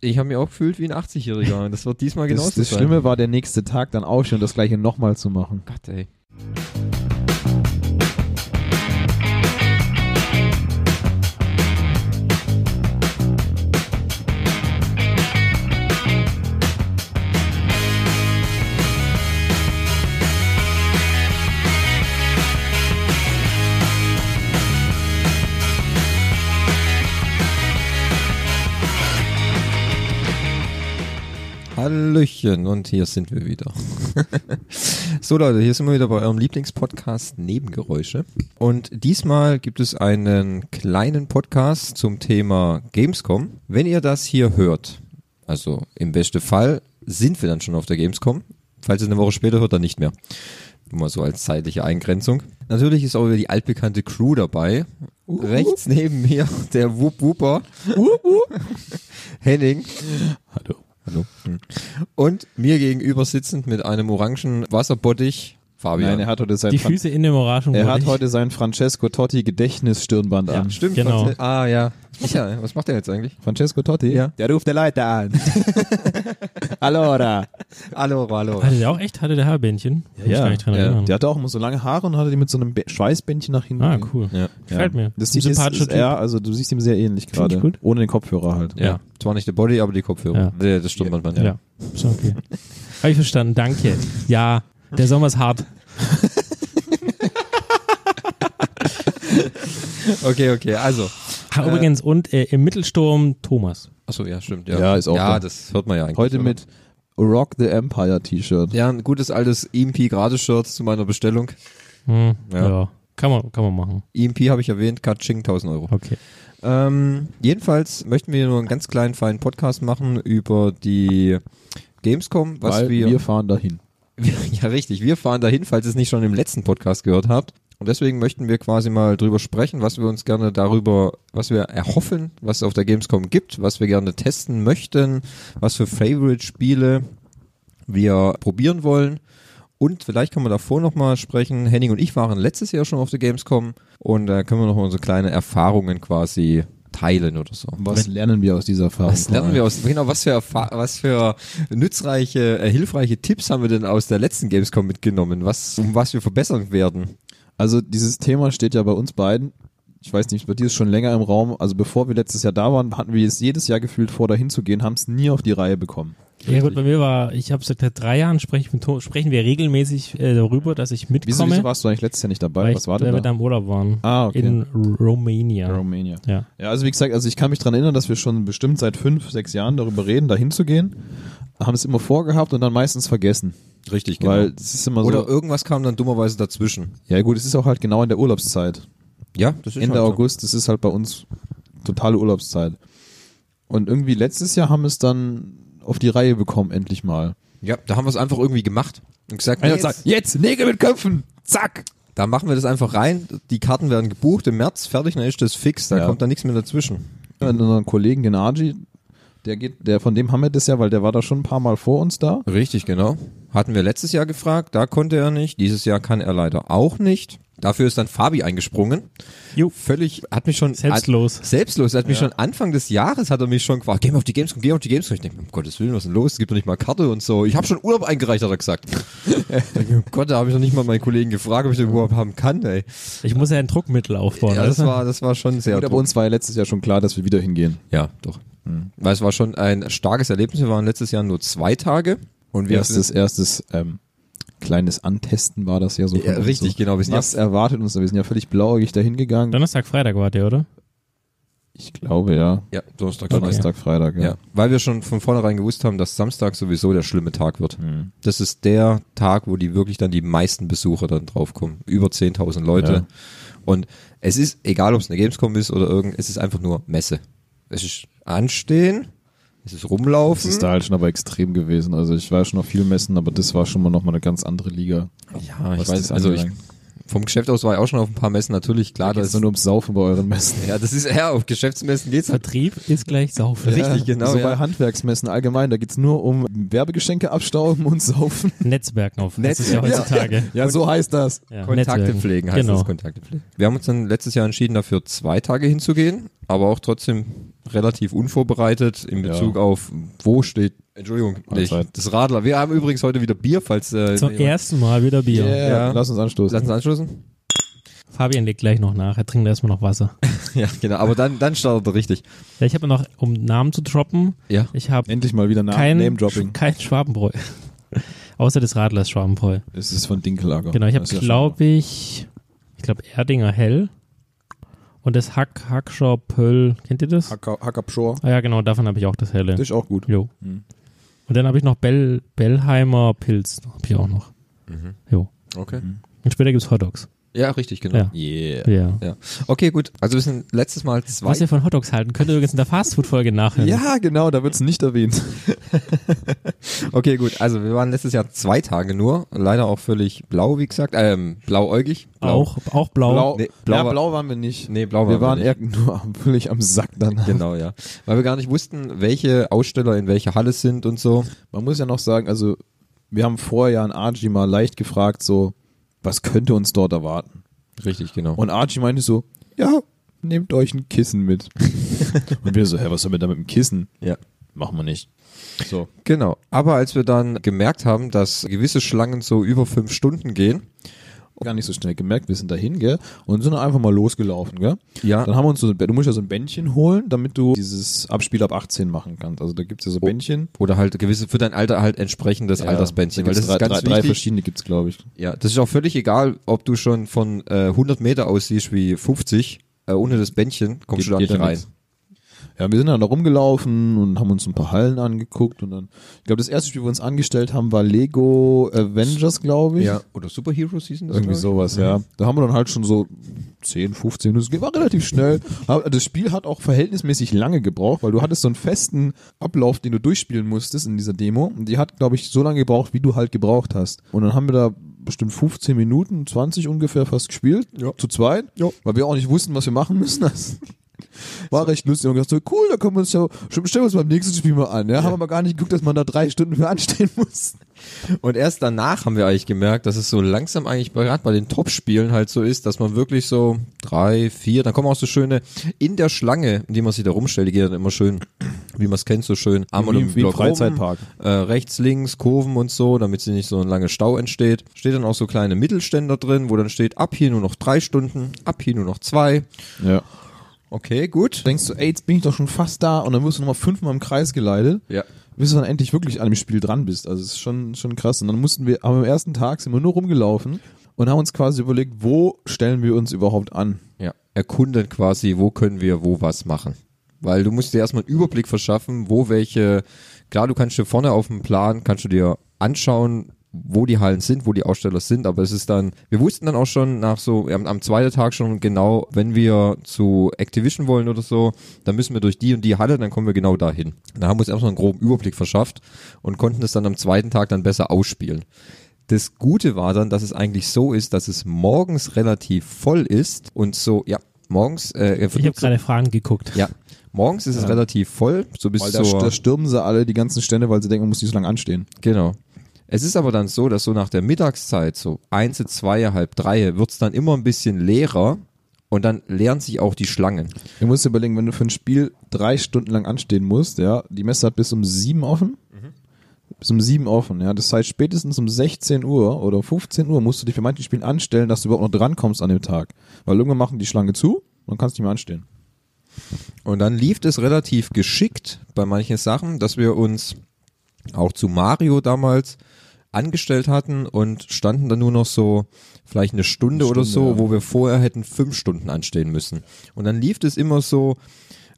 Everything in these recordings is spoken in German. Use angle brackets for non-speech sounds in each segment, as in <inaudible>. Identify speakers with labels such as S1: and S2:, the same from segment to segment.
S1: ich habe mich auch gefühlt wie ein 80-Jähriger. Das wird diesmal
S2: genau
S1: genauso
S3: Das, das
S1: sein.
S3: Schlimme war, der nächste Tag dann auch schon das gleiche nochmal zu machen.
S1: Gott, ey. Hallöchen und hier sind wir wieder. so Leute, hier sind wir wieder bei eurem Lieblingspodcast Nebengeräusche. Und diesmal gibt es einen kleinen Podcast zum Thema Gamescom. Wenn ihr das hier hört, also im besten Fall sind wir dann schon auf der Gamescom. Falls ihr eine Woche später hört, dann nicht mehr. Nur mal so als zeitliche Eingrenzung. Natürlich ist auch wieder die altbekannte Crew dabei. Rechts neben mir der Wupp Wupper. <laughs> Henning.
S3: Hallo.
S1: Hallo. Und mir gegenüber sitzend mit einem orangen Wasserbottich Fabian.
S3: Nein, er hat heute sein,
S2: Die
S3: Fran
S2: Füße in dem Orangen.
S3: er hat heute sein Francesco Totti Gedächtnisstirnband
S2: Ja.
S3: an.
S1: Stimmt.
S2: Genau.
S1: Franz- Ah ja. Michael, was macht er jetzt eigentlich?
S3: Francesco Totti?
S1: Ja.
S3: Der ruft der Leute <laughs> an. Allora.
S1: Hallo, hallo.
S2: Hatte der auch echt, hatte der Haarbändchen? Kann ich gar nicht dran
S1: ja.
S2: erinnern.
S3: Der hatte auch immer so lange Haare und hatte die mit so einem Be- Schweißbändchen nach hinten.
S2: Ah, cool.
S1: Ja.
S2: Gefällt mir.
S3: Das
S2: Ein
S3: sieht ist, ist
S2: Typ.
S3: er, also du siehst ihm sehr ähnlich
S2: Find ich
S3: gerade.
S2: gut.
S3: Ohne den Kopfhörer halt.
S1: Ja. Zwar nicht der Body, aber die Kopfhörer. Ja. Das stimmt manchmal.
S2: Ja.
S1: Ja.
S2: Ist okay. Habe ich verstanden, danke. Ja, der Sommer ist hart.
S1: Okay, okay. Also.
S2: Ah, übrigens, und äh, im Mittelsturm Thomas.
S1: Achso, ja, stimmt. Ja,
S3: Ja, ist auch
S1: Ja,
S3: da.
S1: das hört man ja eigentlich.
S3: Heute
S1: oder?
S3: mit Rock the Empire T-Shirt.
S1: Ja, ein gutes altes E EMP-Gratis-Shirt zu meiner Bestellung.
S2: Hm,
S1: Ja.
S2: ja. Kann, man, kann man machen.
S1: EMP habe ich erwähnt, Katsching 1000 Euro.
S2: Okay.
S1: Ähm, jedenfalls möchten wir nur einen ganz kleinen, feinen Podcast machen über die Gamescom, was
S3: weil
S1: wir,
S3: wir, fahren dahin.
S1: <laughs> Ja, richtig. Wir fahren dahin, falls ihr es nicht schon im letzten Podcast gehört habt. Und deswegen möchten wir quasi mal drüber sprechen, was wir uns gerne darüber, was wir erhoffen, was es auf der Gamescom gibt, was wir gerne testen möchten, was für Favorite-Spiele wir probieren wollen. Und vielleicht kann man davor nochmal sprechen. Henning und ich waren letztes Jahr schon auf der Gamescom und da können wir nochmal unsere kleine Erfahrungen quasi teilen oder so.
S3: Was lernen wir aus dieser Erfahrung?
S1: Was lernen wir aus, genau, was für, Erfa- was für nützreiche, äh, hilfreiche Tipps haben wir denn aus der letzten Gamescom mitgenommen, was, um was wir verbessern werden?
S3: Also dieses Thema steht ja bei uns beiden, ich weiß nicht, bei dir ist schon länger im Raum, also bevor wir letztes Jahr da waren, hatten wir es jedes Jahr gefühlt vor, dahin zu gehen, haben es nie auf die Reihe bekommen.
S2: Ja gut, bei mir war, ich habe seit drei Jahren spreche ich mit, Thomas- sprechen wir regelmäßig äh, darüber, dass ich
S3: Wieso,
S2: mitkomme,
S3: wieso warst du eigentlich letztes Jahr nicht dabei?
S2: weil
S3: Was war
S2: ich, weil wir
S3: denn
S2: da
S3: da?
S2: im Urlaub waren.
S3: Ah, okay.
S2: In Rumänien.
S3: Rumänien.
S2: ja.
S3: Ja, also wie gesagt, also ich kann mich dran erinnern, dass wir schon bestimmt seit fünf, sechs Jahren darüber reden, dahin zu gehen, haben es immer vorgehabt und dann meistens vergessen,
S1: Richtig,
S2: Genau.
S1: also
S3: weil es ist immer
S1: Genau. Oder
S3: so.
S1: irgendwas kam dann dummerweise dazwischen.
S3: Ja gut, es ist auch halt genau in der Urlaubszeit.
S1: Ja, das
S3: Ende August, das ist halt bei uns totale Urlaubszeit. Und irgendwie letztes Jahr haben wir es dann auf die Reihe bekommen, endlich mal.
S1: Ja, da haben wir es einfach irgendwie gemacht und gesagt, nee, jetzt,
S3: jetzt, Nägel mit Köpfen, zack.
S1: da machen wir das einfach rein, die Karten werden gebucht, im März fertig, dann ist das fix, da
S3: Ja.
S1: kommt dann nichts mehr dazwischen.
S3: Und unseren Kollegen, den Arji, der geht, der, von dem haben wir das ja, weil der war da schon ein paar Mal vor uns da.
S1: Richtig, genau. Hatten wir letztes Jahr gefragt, da konnte er nicht, dieses Jahr kann er leider auch nicht. Dafür ist dann Fabi eingesprungen.
S2: Jo.
S1: Völlig, hat mich schon
S2: Selbstlos.
S1: Selbstlos, er hat mich schon Anfang des Jahres hat er mich schon gefragt, geh mal auf die Gamescom, geh mal auf die Gamescom. Ich denke, um Gottes Willen, was ist denn los? Es gibt doch nicht mal Karte und so. Ich habe schon Urlaub eingereicht, hat er gesagt. Ich denke, oh Gott, da habe ich noch nicht mal meinen Kollegen gefragt, ob ich den überhaupt haben kann, ey.
S2: Ich muss ja ein Druckmittel aufbauen.
S1: Ja, das
S2: weißt du?
S1: war, das war schon sehr
S3: Gut, aber uns war ja letztes Jahr schon klar, dass wir wieder hingehen.
S1: Ja, doch. Weil es war schon ein starkes Erlebnis. Wir waren letztes Jahr nur zwei Tage und wir
S3: Erstes, erstes ähm, kleines Antesten war das ja so. von
S1: Ja,
S3: uns
S1: richtig,
S3: so.
S1: genau. Wir sind
S3: Was
S1: ja-
S3: erwartet uns? da? Wir sind ja völlig blauäugig da hingegangen.
S2: Donnerstag, Freitag war der, oder?
S3: Ich glaube, ja.
S1: ja, Donnerstag, Freitag.
S3: Donnerstag, Freitag, ja.
S1: Ja, weil wir schon von vornherein gewusst haben, dass Samstag sowieso der schlimme Tag wird.
S3: Mhm.
S1: Das ist der Tag, wo die wirklich dann die meisten Besucher dann draufkommen. Über 10.000 Leute.
S3: Ja.
S1: Und es ist, egal ob es eine Gamescom ist oder irgend, es ist einfach nur Messe. Es ist anstehen, es ist rumlaufen.
S3: Das ist da halt schon aber extrem gewesen. Also ich war schon auf vielen Messen, aber das war schon mal nochmal eine ganz andere Liga.
S1: ja, ich
S3: was
S1: weiß,
S3: das
S1: also ich,
S3: anbelangt.
S1: vom Geschäft aus war ich auch schon auf ein paar Messen, natürlich, klar,
S3: Da
S1: das
S3: ist nur ums Saufen bei euren <laughs> Messen.
S1: ja, das ist, ja, auf Geschäftsmessen geht's halt.
S2: Vertrieb ist gleich Saufen.
S1: Richtig, genau,
S3: So
S1: ja.
S3: bei Handwerksmessen allgemein, da geht's nur um Werbegeschenke abstauben und saufen.
S2: Netzwerken auf. Das ist ja
S1: Netz- <laughs>
S2: heutzutage.
S3: Ja, so heißt das.
S2: Ja,
S1: Kontakte
S2: Netzwerken.
S1: pflegen heißt
S2: genau.
S1: das, Kontakte pflegen. Wir haben uns dann letztes Jahr entschieden, dafür zwei Tage hinzugehen, aber auch trotzdem relativ unvorbereitet in
S3: Ja.
S1: Bezug auf, wo steht, Entschuldigung, nicht,
S3: Mahlzeit.
S1: das Radler. Wir haben übrigens heute wieder Bier, falls, äh,
S2: Zum
S1: jemand-
S2: ersten Mal wieder Bier.
S1: Ja.
S3: Lass uns anstoßen.
S1: Lass uns anschließen.
S3: <laughs>
S2: Fabian legt gleich noch nach. Er trinkt erstmal noch Wasser.
S1: Ja, genau, aber dann, dann startet er richtig.
S2: Ja, ich habe noch, um Namen zu droppen,
S1: Ja.
S2: ich habe
S3: Endlich mal wieder Na
S2: kein,
S3: Name-Dropping.
S2: kein Schwabenbräu. <laughs> Außer des Radlers Schwabenbräu.
S3: Es ist von Dinkelager.
S2: Genau, ich habe,
S3: Das ist ja
S2: glaube ich, ich glaube Erdinger Hell und das Hack, Hackscher Pöll. Kennt ihr das?
S3: schon mal- Hacker- Hackerpschor.
S2: Ah ja, genau, davon habe ich auch das Helle.
S3: Das ist auch gut.
S2: Jo.
S3: Mhm.
S2: Und dann habe ich noch Bell, Bellheimer Pilz. Habe ich auch noch.
S1: Mhm.
S2: Jo.
S1: Okay.
S3: Mhm.
S2: Und später gibt's Hotdogs.
S1: Ja, richtig, genau.
S2: Ja.
S1: Yeah.
S2: Ja.
S1: Ja. Okay, gut. Also wir sind letztes Mal zwei.
S2: Was ihr von Hotdogs halten könnt, ihr übrigens in der Fastfood-Folge nachhören.
S3: Ja, genau, da wird's nicht erwähnt.
S1: Okay, gut. Also wir waren letztes Jahr zwei Tage nur. Leider auch völlig blau, wie gesagt. Ähm, blauäugig. Blau.
S2: Auch, auch blau.
S1: Nee, blau
S3: blau, ja,
S1: war-
S3: blau waren wir nicht.
S1: Nee, blau
S3: wir waren
S1: nicht.
S3: eher nur am- völlig am Sack danach.
S1: Genau, ja. Weil wir gar nicht wussten, welche Aussteller in welcher Halle sind und so.
S3: Man muss ja noch sagen, also wir haben vorher ja an Archie mal leicht gefragt, so, was könnte uns dort erwarten?
S1: Richtig, genau. Und
S3: Und Archie meinte so, ja, nehmt euch ein Kissen
S1: <laughs>
S3: mit. Und wir so, hä, was soll wir da mit dem Kissen?
S1: ja.
S3: Machen wir nicht. So.
S1: Genau. Aber als wir dann gemerkt haben, dass gewisse Schlangen so über fünf Stunden gehen,
S3: Gar nicht so schnell gemerkt, wir sind dahin, gell? Und sind dann einfach mal losgelaufen, gell?
S1: Ja.
S3: Dann haben wir uns so, du musst ja so ein Bändchen holen, damit du dieses Abspiel ab 18 machen kannst. Also da gibt's ja so Bändchen.
S1: oder halt gewisse für dein Alter halt entsprechendes
S3: Ja,
S1: Altersbändchen,
S3: da
S1: weil das
S3: gibt's
S1: ist
S3: drei,
S1: ganz
S3: drei, drei
S1: wichtig.
S3: verschiedene gibt's, glaube ich.
S1: ja, das ist auch völlig egal, ob du schon von äh, 100 Meter aussiehst wie 50, äh, ohne das Bändchen kommst
S3: Geht-
S1: du da
S3: geht
S1: nicht
S3: da
S1: rein.
S3: nix. Ja, wir sind dann da rumgelaufen und haben uns ein paar Hallen angeguckt und dann, ich glaube, das erste Spiel, wo wir uns angestellt haben, war Lego Avengers, glaube ich.
S1: Ja, oder Superhero Season?
S3: Irgendwie sowas, ja. Da haben wir dann halt schon so 10, 15 Minuten, das war relativ schnell. Aber das Spiel hat auch verhältnismäßig lange gebraucht, weil du hattest so einen festen Ablauf, den du durchspielen musstest in dieser Demo. Und die hat, glaube ich, so lange gebraucht, wie du halt gebraucht hast. Und dann haben wir da bestimmt 15 Minuten, 20 ungefähr fast gespielt,
S1: Ja.
S3: zu zweit,
S1: Ja.
S3: weil wir auch nicht wussten, was wir machen müssen. Das war recht lustig. Und ich dachte so, cool, da können wir uns ja, stellen wir uns beim nächsten Spiel mal an. Ja, haben aber gar nicht geguckt, dass man da drei Stunden für anstehen muss.
S1: Und erst danach haben wir eigentlich gemerkt, dass es so langsam eigentlich bei- gerade bei den Top-Spielen halt so ist, dass man wirklich so drei, vier, dann kommen auch so schöne in der Schlange, in die man sich da rumstellt, die geht dann immer schön, wie man es kennt, so schön am
S3: Wie-
S1: oder
S3: wie im Freizeitpark.
S1: Äh, rechts, links, Kurven und so, damit sie nicht so ein langer Stau entsteht. Steht dann auch so kleine Mittelständer drin, wo dann steht, ab hier nur noch drei Stunden, ab hier nur noch zwei.
S3: Ja.
S1: Okay, gut.
S3: denkst du, ey, jetzt bin ich doch schon fast da und dann wirst du nochmal fünfmal im Kreis geleitet,
S1: Ja.
S3: bis du dann endlich wirklich an dem Spiel dran bist. Also es ist schon, schon krass. Und dann mussten wir, am ersten Tag sind wir nur rumgelaufen und haben uns quasi überlegt, wo stellen wir uns überhaupt an?
S1: Ja. Erkunden quasi, wo können wir wo was machen. Weil du musst dir erstmal einen Überblick verschaffen, wo welche, klar, du kannst dir vorne auf dem Plan, kannst du dir anschauen, wo die Hallen sind, wo die Aussteller sind, aber es ist dann, wir wussten dann auch schon nach so, wir haben am zweiten Tag schon genau, wenn wir zu Activision wollen oder so, dann müssen wir durch die und die Halle, dann kommen wir genau dahin. Da haben wir uns erstmal einen groben Überblick verschafft und konnten es dann am zweiten Tag dann besser ausspielen. Das Gute war dann, dass es eigentlich so ist, dass es morgens relativ voll ist und so, ja, morgens, äh,
S2: Ich habe gerade Fragen geguckt.
S1: ja, morgens ist es relativ voll, so bis
S3: Weil da,
S1: zur,
S3: da stürmen sie alle die ganzen Stände, weil sie denken, man muss nicht so lange anstehen.
S1: genau. Es ist aber dann so, dass so nach der Mittagszeit, so eins, zwei, halb drei, wird's dann immer ein bisschen leerer und dann leeren sich auch die Schlangen.
S3: Du musst dir überlegen, wenn du für ein Spiel drei Stunden lang anstehen musst, ja, die Messe hat bis um sieben offen.
S1: Mhm.
S3: Bis um sieben offen, ja. Das heißt, spätestens um 16 Uhr oder 15 Uhr musst du dich für manche Spielen anstellen, dass du überhaupt noch drankommst an dem Tag. Weil irgendwann machen die Schlange zu und dann kannst du nicht mehr anstehen.
S1: Und dann lief es relativ geschickt bei manchen Sachen, dass wir uns auch zu Mario damals angestellt hatten und standen dann nur noch so vielleicht eine Stunde,
S3: Eine
S1: oder so,
S3: Stunde, ja.
S1: wo wir vorher hätten fünf Stunden anstehen müssen. Und dann lief es immer so,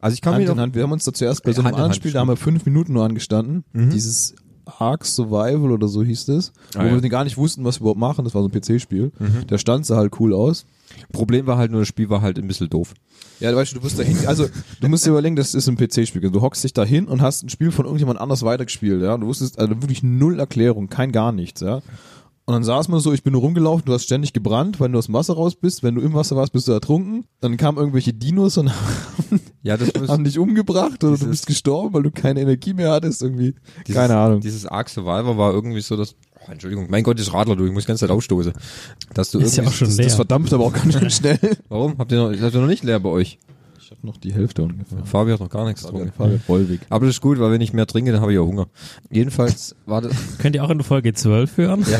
S1: also ich kann
S3: Hand
S1: mir
S3: in
S1: noch, Äh,
S3: Hand. Wir haben uns da zuerst bei so einem
S1: Hand in
S3: anderen
S1: Hand
S3: Spiel, da haben wir fünf Minuten nur angestanden. Dieses Ark Survival oder so hieß das, wo
S1: Ah, ja. Mhm.
S3: wir gar nicht wussten, was wir überhaupt machen. Das war so ein PC-Spiel. Da stand sah halt cool aus.
S1: Problem war halt nur, das Spiel war halt ein bisschen doof.
S3: Ja, weißt du, du wirst da hin, also du musst dir überlegen, das ist ein PC-Spiel. Du hockst dich da hin und hast ein Spiel von irgendjemand anders weitergespielt, ja. Du wusstest, also wirklich null Erklärung, kein gar nichts, ja. Und dann saß man so, ich bin nur rumgelaufen, du hast ständig gebrannt, weil du aus dem Wasser raus bist. Wenn du im Wasser warst, bist du ertrunken. Dann kamen irgendwelche Dinos und <laughs>
S1: Ja, das <laughs> muss,
S3: haben dich umgebracht oder du
S1: Dieses-
S3: bist gestorben, weil du keine Energie mehr hattest irgendwie.
S1: Dieses,
S3: Keine Ahnung.
S1: Dieses Arc Survivor war irgendwie so das. Oh, Entschuldigung, mein Gott, das Radler, du, ich muss die ganze Zeit aufstoßen. Dass du
S2: Ist ja
S1: irgendwie,
S2: auch schon
S3: das,
S2: leer.
S3: das verdampft aber auch ganz
S2: <laughs>
S3: schön schnell.
S1: Warum? Habt ihr noch, habt ihr noch nicht leer bei euch?
S3: Ich habe noch die Hälfte ungefähr.
S1: Fabi hat noch gar nichts getrunken.
S3: Fabian Vollweg.
S1: Aber das ist gut, weil wenn ich mehr trinke, dann habe ich auch Hunger. Jedenfalls war das,
S2: Könnt ihr auch in Folge 12 hören? Ja.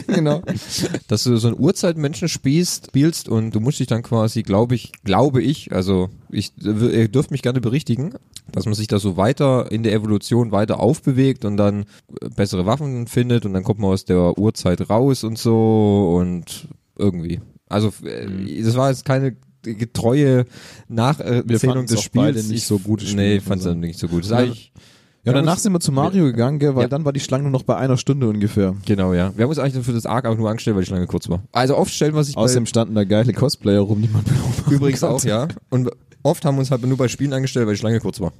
S3: <laughs> genau.
S1: <laughs> dass du so einen Urzeitmenschen spielst, spielst und du musst dich dann quasi, glaube ich, glaube ich, also ich, ihr dürft mich gerne berichtigen, dass man sich da so weiter in der Evolution weiter aufbewegt und dann bessere Waffen findet und dann kommt man aus der Urzeit raus und so und irgendwie. Also
S3: Mhm.
S1: äh, das war jetzt keine getreue Nacherzählung
S3: fanden's
S1: des
S3: auch beide
S1: Spiels.
S3: nicht
S1: Ich-
S3: so gut, das Spiel,
S1: Nee,
S3: muss man
S1: fand es
S3: sagen.
S1: nicht so gut. Das
S3: Ja.
S1: ist eigentlich- Wir
S3: Ja,
S1: haben
S3: danach
S1: uns-
S3: sind wir zu Mario gegangen, gell, weil
S1: Ja.
S3: dann war die Schlange nur noch bei einer Stunde ungefähr.
S1: Genau, ja. Wir haben uns eigentlich für das Arc auch nur angestellt, weil die Schlange kurz war. Also oft stellen wir sich bei- <laughs>
S3: Außerdem standen da geile Cosplayer rum, die man beobachten
S1: Übrigens auch,
S3: konnte.
S1: ja. Und oft haben wir uns halt nur bei Spielen angestellt, weil die Schlange kurz war.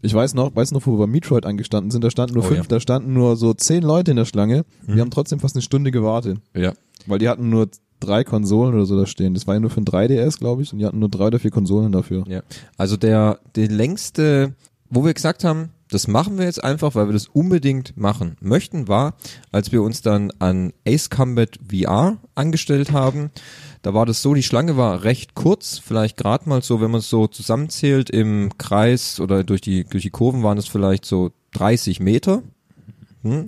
S3: Ich weiß noch, weiß noch, wo wir bei Metroid angestanden sind, da standen nur
S1: Oh,
S3: fünf,
S1: ja. Mhm.
S3: da standen nur so zehn Leute in der Schlange. Wir haben trotzdem fast eine Stunde gewartet,
S1: Ja.
S3: weil die hatten nur drei Konsolen oder so da stehen. Das war ja nur für ein 3DS, glaube ich, und die hatten nur drei oder vier Konsolen dafür.
S1: ja. Also der, der längste, wo wir gesagt haben, das machen wir jetzt einfach, weil wir das unbedingt machen möchten, war, als wir uns dann an Ace Combat VR angestellt haben. Da war das so, die Schlange war recht kurz, vielleicht gerade mal so, wenn man es so zusammenzählt im Kreis oder durch die, durch die Kurven waren es vielleicht so 30 Meter.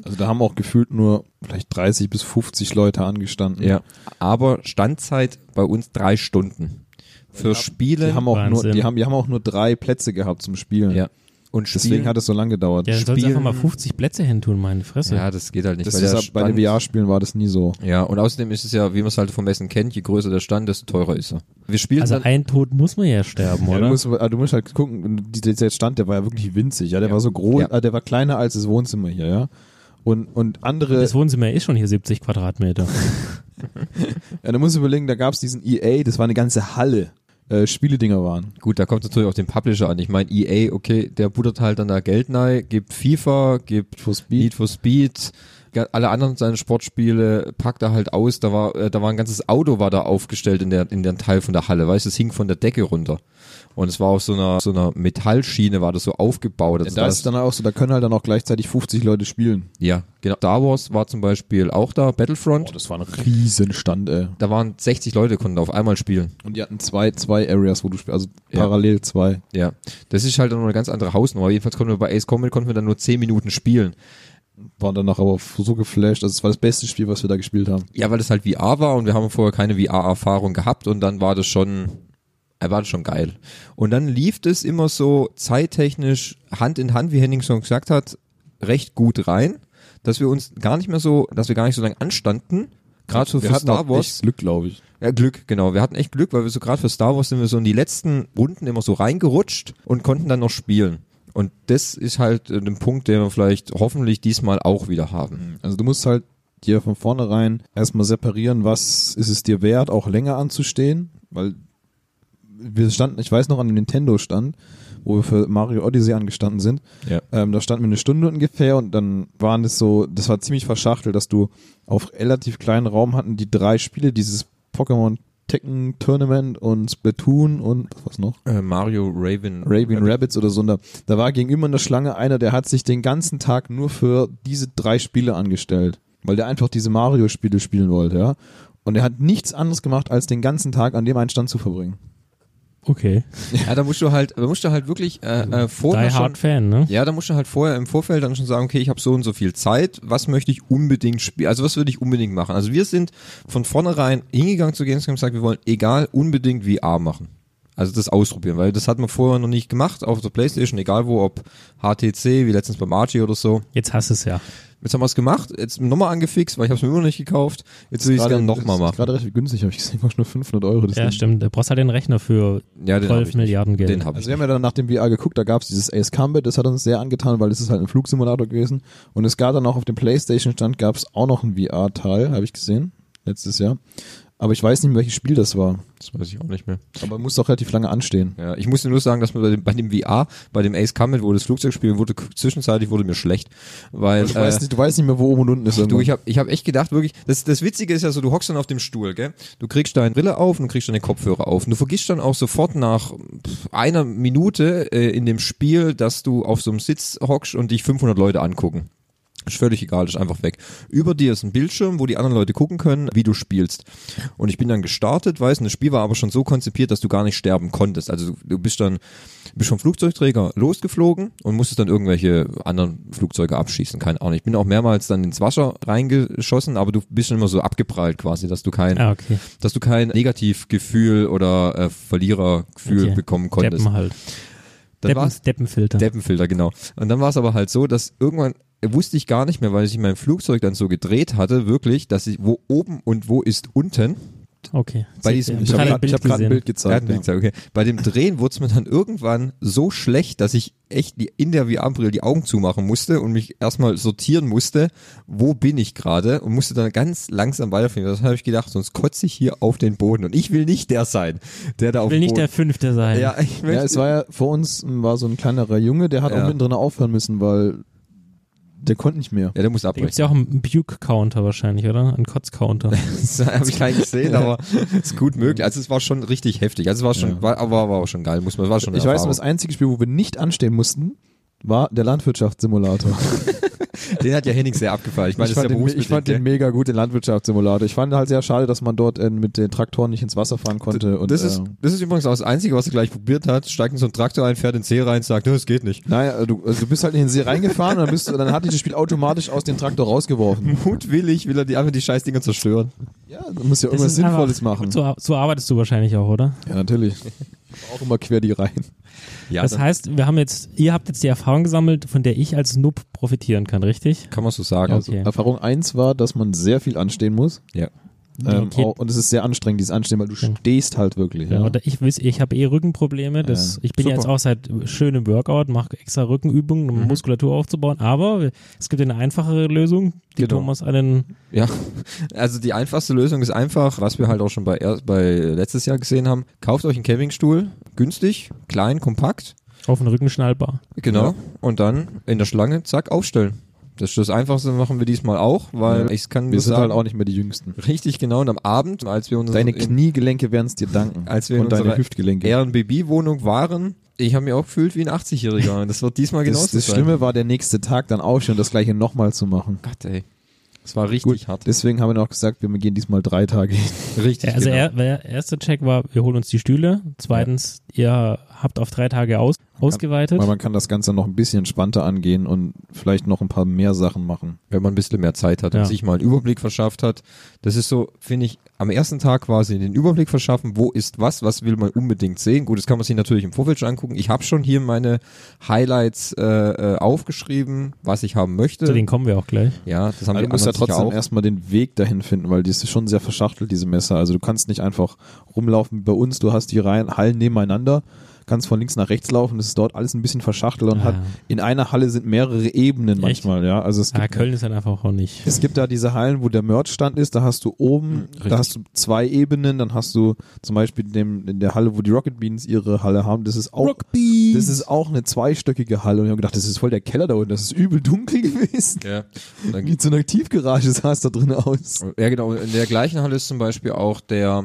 S3: Also da haben auch gefühlt nur vielleicht 30 bis 50 Leute angestanden.
S1: Ja. Aber Standzeit bei uns drei Stunden. Für Spiele.
S3: Die haben auch nur,
S2: Wahnsinn.
S3: die haben, die haben auch nur drei Plätze gehabt zum Spielen.
S1: Ja. Und
S3: Deswegen
S1: Spielen,
S3: hat es so lange gedauert.
S2: dann sollst du
S1: Spielen-
S2: einfach mal 50 Plätze hin tun, meine Fresse.
S1: ja, das geht halt nicht.
S3: das
S1: weil
S3: ist
S1: der
S3: ab, bei den
S1: Stand-
S3: VR-Spielen war das nie so.
S1: Ja, und außerdem ist es ja, wie man es halt vom Messen kennt, je größer der Stand, desto teurer ist er. Wir spielen
S2: also
S1: dann,
S2: ein Tod muss man ja sterben,
S3: Ja,
S2: oder?
S3: du, musst, ah, du musst halt gucken, die- der Stand, der war ja wirklich winzig, ja, der war so groß,
S1: Ja.
S3: ah, der war kleiner als das Wohnzimmer hier, ja. Und, und andere,
S2: das Wohnzimmer ist schon hier 70 Quadratmeter.
S3: ja, da musst du überlegen, da gab's diesen EA, das war eine ganze Halle, äh, Spieledinger waren.
S1: gut, da kommt es natürlich auf den Publisher an. Ich meine, EA, okay, der buttert halt dann da Geld rein, gibt FIFA, gibt
S3: For Speed.
S1: Need for Speed, ga- alle anderen seine Sportspiele, packt er halt aus. Da war, äh, da war ein ganzes Auto war da aufgestellt in der, in dem Teil von der Halle, weißt du, es hing von der Decke runter. Und es war auf so einer, so einer Metallschiene war das so aufgebaut. Also
S3: da ist dann auch so, da können halt dann auch gleichzeitig 50 Leute spielen.
S1: ja, genau. Star Wars war zum Beispiel auch da, Battlefront.
S3: das war ein Riesenstand, ey.
S1: da waren 60 Leute konnten auf einmal spielen.
S3: Und die hatten zwei, zwei Areas, wo du spielst, also
S1: Ja.
S3: parallel zwei.
S1: Ja. Das ist halt dann noch eine ganz andere Hausnummer. Jedenfalls konnten wir bei Ace Combat konnten wir dann nur 10 Minuten spielen.
S3: Waren danach aber so geflasht, also es war das beste Spiel, was wir da gespielt haben.
S1: Ja, weil das halt VR war und wir haben vorher keine VR-Erfahrung gehabt und dann war das schon, äh, war das schon geil. Und dann lief das immer so zeittechnisch Hand in Hand, wie Henning schon gesagt hat, recht gut rein, dass wir uns gar nicht mehr so, dass wir gar nicht so lange anstanden. Gerade so
S3: wir
S1: für
S3: hatten
S1: Star
S3: auch
S1: Wars.
S3: echt Glück, glaube ich.
S1: Ja, Glück, genau. Wir hatten echt Glück, weil wir so gerade für Star Wars sind wir so in die letzten Runden immer so reingerutscht und konnten dann noch spielen. Und das ist halt äh, ein Punkt, den wir vielleicht hoffentlich diesmal auch wieder haben.
S3: Also du musst halt dir von vornherein erstmal separieren, was ist es dir wert, auch länger anzustehen, weil wir standen, ich weiß noch an dem Nintendo-Stand, wo wir für Mario Odyssey angestanden sind,
S1: Ja.
S3: ähm, da standen wir eine Stunde ungefähr und dann waren es so, das war ziemlich verschachtelt, dass du auf relativ kleinen Raum hatten die drei Spiele, dieses Pokémon Tekken Tournament und Splatoon und was war's noch?
S1: Äh, Mario Raven.
S3: Raven Rabbits oder so. Und da, da war gegenüber in der Schlange einer, der hat sich den ganzen Tag nur für diese drei Spiele angestellt, weil der einfach diese Mario-Spiele spielen wollte, ja. Und er hat nichts anderes gemacht, als den ganzen Tag an dem einen Stand zu verbringen.
S2: Okay.
S1: Ja, da musst du halt, da musst du halt wirklich äh, äh, vorher
S2: Die
S1: schon,
S2: Hard Fan, ne?
S1: ja, da musst du halt vorher im Vorfeld dann schon sagen, okay, ich habe so und so viel Zeit, was möchte ich unbedingt spielen, also was würde ich unbedingt machen? Also wir sind von vornherein hingegangen zu Gamescom und gesagt, wir wollen egal unbedingt VR machen. Also das ausprobieren, weil das hat man vorher noch nicht gemacht auf der Playstation, egal wo, ob HTC, wie letztens beim Archie oder so.
S2: Jetzt hast du es ja.
S1: Jetzt haben wir es gemacht, jetzt nochmal angefixt, weil ich habe es mir immer noch nicht gekauft. Jetzt will ich es
S3: Gerade-
S1: gerne nochmal
S3: das ist
S1: machen.
S3: Gerade recht günstig, habe ich gesehen, kostet nur 500 Euro. Das
S2: Ja,
S3: Ding.
S2: stimmt. Du brauchst halt den Rechner für
S1: Ja, den habe
S2: 12
S1: ich nicht.
S2: Milliarden Geld.
S1: Den habe ich.
S3: Also wir haben ja dann nach dem VR geguckt, da gab's dieses Ace Combat, das hat uns sehr angetan, weil es ist halt ein Flugsimulator gewesen. Und es gab dann auch auf dem Playstation-Stand gab's auch noch einen VR-Teil, habe ich gesehen, letztes Jahr. Aber ich weiß nicht mehr, welches Spiel das war.
S1: Das weiß ich auch nicht mehr.
S3: Aber muss doch relativ lange anstehen.
S1: Ja, ich musste nur sagen, dass mir bei dem, bei dem VR, bei dem Ace Combat, wo das Flugzeug spielen wurde, k- zwischenzeitlich wurde mir schlecht, weil
S3: Ich weiß nicht, du weißt nicht mehr, wo oben und unten ist.
S1: Äh, Du,
S3: irgendwann.
S1: ich habe ich hab echt gedacht, wirklich, das, das Witzige ist ja so, du hockst dann auf dem Stuhl, gell? Du kriegst deine Brille auf und du kriegst deine Kopfhörer auf. Und du vergisst dann auch sofort nach pff, einer Minute äh, in dem Spiel, dass du auf so einem Sitz hockst und dich 500 Leute angucken. Ist völlig egal, ist einfach weg. Über dir ist ein Bildschirm, wo die anderen Leute gucken können, wie du spielst. Und ich bin dann gestartet, weißt du, das Spiel war aber schon so konzipiert, dass du gar nicht sterben konntest. Also du, du bist dann bist vom Flugzeugträger losgeflogen und musstest dann irgendwelche anderen Flugzeuge abschießen, keine Ahnung. Ich bin auch mehrmals dann ins Wasser reingeschossen, aber du bist dann immer so abgeprallt quasi, dass du kein,
S2: Ah, okay.
S1: dass du kein Negativgefühl oder äh, Verlierergefühl
S2: Okay.
S1: bekommen konntest.
S2: Deppen halt.
S1: Dann war's-
S2: Deppen, Deppenfilter.
S1: Deppenfilter, genau. Und dann war es aber halt so, dass irgendwann wusste ich gar nicht mehr, weil ich mein Flugzeug dann so gedreht hatte, wirklich, dass ich, wo oben und wo ist unten.
S2: okay.
S1: Bei
S2: Ich
S1: diesem-
S2: hab
S1: ich
S3: hab
S2: gerade
S3: grad-
S2: ein Bild
S3: ich hab grad
S2: gesehen.
S3: ein Bild
S1: Ja,
S3: gezeigt.
S1: den Flugzeug, okay. Bei dem Drehen wurde es mir dann irgendwann so schlecht, dass ich echt die, in der VR-Brille die Augen zumachen musste und mich erstmal sortieren musste, wo bin ich gerade und musste dann ganz langsam weiterfinden. Das habe ich gedacht, sonst kotze ich hier auf den Boden und ich will nicht der sein, der da auf
S2: Ich will
S1: dem
S2: nicht
S1: Boden.
S2: der Fünfte sein.
S1: ja, ich
S3: Ja,
S1: möchte,
S3: es war ja vor uns m, war so ein kleinerer Junge, der hat
S1: Ja.
S3: auch mittendrin aufhören müssen, weil der konnte nicht mehr.
S1: ja, der muss
S2: Da gibt's
S1: abbrechen.
S2: ja auch einen Buke-Counter wahrscheinlich, oder? Einen
S3: <laughs>
S2: Kotz-Counter.
S1: Das habe ich keinen gesehen, aber ist gut möglich. Also es war schon richtig heftig. Also es war schon,
S3: Ja.
S1: war, aber war auch schon geil, muss man, war schon eine
S3: Ich weiß nur, das
S1: Erfahrung.
S3: einzige Spiel, wo wir nicht anstehen mussten, war der
S1: <laughs>
S3: Landwirtschaftssimulator.
S1: Den hat ja Henning sehr abgefallen. Ich meine,
S3: ich
S1: das ist
S3: fand,
S1: ja
S3: den, ich fand
S1: berufsbedingt.
S3: den
S1: gell?
S3: mega gut, den Landwirtschaftssimulator. Ich fand halt sehr schade, dass man dort äh, mit den Traktoren nicht ins Wasser fahren konnte. Und,
S1: Das ist,
S3: äh,
S1: das ist übrigens auch das Einzige, was er gleich probiert hat. Steigt in so einen Traktor ein, fährt in den See rein, sagt, "Nö, das geht nicht. <laughs>
S3: naja, du, also du bist halt in den See reingefahren und dann, bist, du- dann hat dich das Spiel automatisch aus dem Traktor rausgeworfen.
S1: Mutwillig will er die einfach die Scheißdinger zerstören.
S3: Ja, du musst ja
S2: Das
S3: irgendwas
S2: ist einfach-
S3: Sinnvolles machen.
S2: So, so arbeitest du wahrscheinlich auch, oder?
S3: Ja, natürlich. Auch immer quer die Reihen.
S1: Ja,
S2: Das heißt, wir haben jetzt, ihr habt jetzt die Erfahrung gesammelt, von der ich als Noob profitieren kann, richtig?
S1: kann man so sagen.
S3: Also,
S2: Okay.
S3: Erfahrung eins war, dass man sehr viel anstehen muss.
S1: Ja.
S3: Ähm,
S2: Okay.
S3: auch, und es ist sehr anstrengend, dieses Anstehen, weil du stehst halt wirklich.
S2: Ja.
S3: Ja.
S2: Oder ich weiß, ich habe eh Rückenprobleme. Das,
S3: Ja.
S2: ich bin ja jetzt
S3: Super. Mhm.
S2: auch seit schön im Workout, mache extra Rückenübungen, um Muskulatur aufzubauen. Aber es gibt eine einfachere Lösung, die
S1: Genau.
S2: Thomas einen.
S1: Ja, <laughs> also die einfachste Lösung ist einfach, was wir halt auch schon bei, er- bei letztes Jahr gesehen haben. Kauft euch einen Campingstuhl, günstig, klein, kompakt.
S2: Auf den Rücken schnallbar.
S1: Genau.
S3: Ja.
S1: Und dann in der Schlange, zack, aufstellen. Das ist das Einfachste, machen wir diesmal auch, weil
S3: Ja.
S1: ich kann
S3: Wir
S1: nur
S3: sind
S1: sagen,
S3: halt auch nicht mehr die Jüngsten.
S1: richtig genau. Und am Abend, als wir uns
S3: Deine
S1: in-
S3: Kniegelenke werden es dir danken.
S1: <laughs> Als wir in
S3: und deine
S1: unserer
S3: Hüftgelenke.
S1: Airbnb-Wohnung waren, ich habe mich auch gefühlt wie ein 80-Jähriger. Und das wird diesmal
S3: das
S1: genauso
S3: das
S1: sein.
S3: Schlimme war, der nächste Tag dann aufstehen und das gleiche nochmal zu machen.
S1: Gott, ey. Das war richtig
S3: Gut,
S1: hart.
S3: deswegen haben wir noch gesagt, wir gehen diesmal drei Tage hin.
S1: Richtig.
S2: Ja, also
S1: genau.
S2: er, der erste Check war, wir holen uns die Stühle. Zweitens, ihr habt auf drei Tage aus, ausgeweitet.
S3: Weil man kann das Ganze noch ein bisschen entspannter angehen und vielleicht noch ein paar mehr Sachen machen.
S1: wenn man ein bisschen mehr Zeit hat und
S2: Ja.
S1: sich mal einen Überblick verschafft hat. Das ist so, finde ich, am ersten Tag quasi den Überblick verschaffen, wo ist was, was will man unbedingt sehen. Gut, das kann man sich natürlich im Vorfeld schon angucken. Ich habe schon hier meine Highlights äh, äh, aufgeschrieben, was ich haben möchte.
S2: Zu denen kommen wir auch gleich.
S1: Ja, das haben
S3: Aber
S1: die
S3: Also du musst ja
S1: anderen sicher
S3: trotzdem
S1: auch.
S3: erstmal den Weg dahin finden, weil die ist schon sehr verschachtelt, diese Messe. Also du kannst nicht einfach rumlaufen wie bei uns, du hast die Reihen, Hallen nebeneinander, kannst von links nach rechts laufen, das ist dort alles ein bisschen verschachtelt und
S2: Ah.
S3: hat in einer Halle sind mehrere Ebenen
S2: Echt?
S3: manchmal, ja. Also es
S2: Ah,
S3: gibt,
S2: Köln ist halt einfach auch nicht.
S3: es gibt da diese Hallen, wo der Merchstand ist, da hast du oben, da hast du zwei Ebenen, dann hast du zum Beispiel in dem, in der Halle, wo die Rocket Beans ihre Halle haben, das ist auch das ist auch eine zweistöckige Halle und ich habe gedacht, das ist voll der Keller da unten, das ist übel dunkel <laughs> gewesen.
S1: Ja. Und dann
S3: Wie so eine Tiefgarage <laughs> sah es da drin aus.
S1: Ja, genau. In der gleichen Halle ist zum Beispiel auch der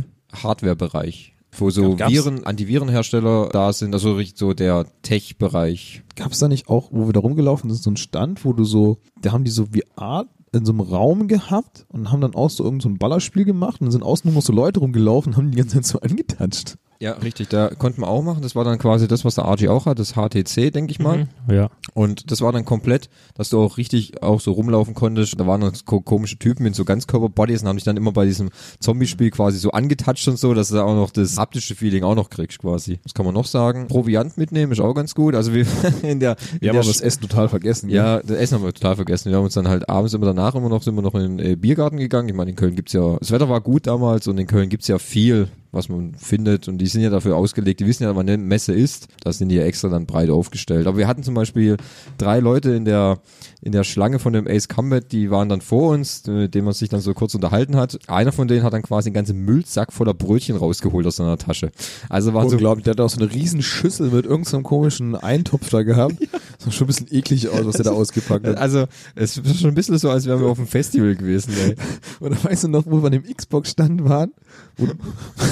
S1: PC-Hardware-Bereich, wo so
S2: Gab's-
S1: Viren, Antivirenhersteller da sind, also richtig so der Tech-Bereich.
S3: Gab es da nicht auch, wo wir da rumgelaufen sind, so einen Stand, wo du so, da haben die so VR in so einem Raum gehabt und haben dann auch so irgendein so ein Ballerspiel gemacht und sind außen nur noch so Leute rumgelaufen und haben die ganze Zeit so angetatscht.
S1: Ja, richtig. Da konnten wir auch machen. Das war dann quasi das, was der RG auch hat, das HTC, denke ich
S3: Mhm.
S1: mal.
S2: Mhm. Ja.
S1: Und das war dann komplett, dass du auch richtig auch so rumlaufen konntest. Da waren noch ko komische Typen in so Ganzkörperbodies und haben dich dann immer bei diesem Zombie-Spiel quasi so angetatscht und so, dass du da auch noch das haptische Feeling auch noch kriegst quasi. Das kann man noch sagen. Proviant mitnehmen ist auch ganz gut. Also wir <laughs> in der, in
S3: Wir
S1: der
S3: haben aber das Essen total vergessen. gell?
S1: ja, das Essen haben wir total vergessen. Wir haben uns dann halt abends immer danach immer noch, sind wir noch in den äh, Biergarten gegangen. Ich meine, in Köln gibt's ja, das Wetter war gut damals und in Köln gibt's ja viel, was man findet. Und die sind ja dafür ausgelegt. Die wissen ja, wann eine Messe ist. Da sind die ja extra dann breit aufgestellt. Aber wir hatten zum Beispiel drei Leute in der, in der Schlange von dem Ace Combat, die waren dann vor uns, äh, mit denen man sich dann so kurz unterhalten hat. Einer von denen hat dann quasi einen ganzen Müllsack voller Brötchen rausgeholt aus seiner Tasche. Also waren so
S3: Unglaublich, der hat auch so eine riesen Schüssel mit irgendeinem komischen Eintopf
S1: <laughs>
S3: da gehabt. Das sah schon ein bisschen eklig aus, was der da ausgepackt hat.
S1: Also, es ist schon ein bisschen so, als wären wir auf einem Festival gewesen, ey.
S3: Und da weißt du noch, wo wir an dem Xbox-Stand waren? Wo,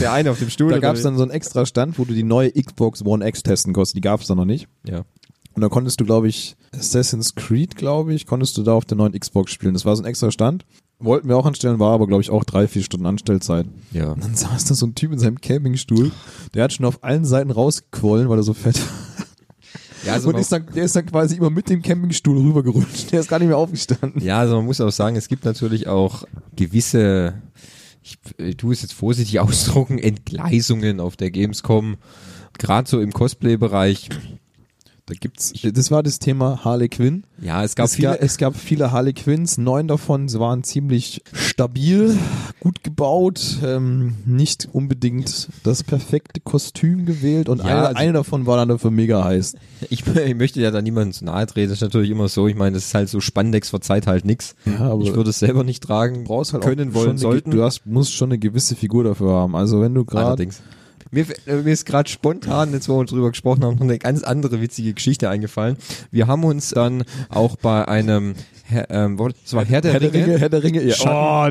S1: Der eine auf dem Stuhl.
S3: da gab es dann so einen extra Stand, wo du die neue Xbox One X testen konntest. Die gab es da noch nicht.
S1: Ja.
S3: Und da konntest du, glaube ich, Assassin's Creed, glaube ich, konntest du da auf der neuen Xbox spielen. Das war so ein extra Stand. Wollten wir auch anstellen, war aber, glaube ich, auch drei, vier Stunden Anstellzeit.
S1: Ja.
S3: Und dann <laughs> saß da so ein Typ in seinem Campingstuhl, der hat schon auf allen Seiten rausgequollen, weil er so fett war.
S1: Ja, also
S3: Und
S1: man,
S3: ist dann, der ist dann quasi immer mit dem Campingstuhl rübergerutscht. Der ist gar nicht mehr aufgestanden.
S1: ja, also man muss auch sagen, es gibt natürlich auch gewisse, ich äh, tue es jetzt vorsichtig <laughs> ausdrucken, Entgleisungen auf der Gamescom. Gerade so im Cosplay-Bereich.
S3: Da gibt's, das war das Thema Harley Quinn.
S1: Ja, es gab
S3: es,
S1: viele.
S3: gab, es gab viele Harley Quinns, neun davon sie waren ziemlich stabil, gut gebaut, ähm, nicht unbedingt das perfekte Kostüm gewählt und
S1: Ja,
S3: eine,
S1: also-
S3: eine davon war dann dafür mega heiß.
S1: <laughs> Ich, ich möchte ja da niemandem zu nahe treten. Das ist natürlich immer so. Ich meine, das ist halt so Spandex verzeiht halt nix.
S3: Ja, aber- halt
S1: ich würde es selber nicht tragen, können, wollen,
S3: schon Eine,
S1: sollten.
S3: du hast, musst schon eine gewisse Figur dafür haben. Also wenn du gerade
S1: Allerdings. Mir, f- äh, mir ist gerade spontan, jetzt wo wir uns drüber gesprochen haben, noch eine ganz andere witzige Geschichte eingefallen. Wir haben uns dann auch bei einem, Herr, ähm, wo- das war Herr der, Ringe.
S3: Herr der Ringe, ja.
S2: Schatten-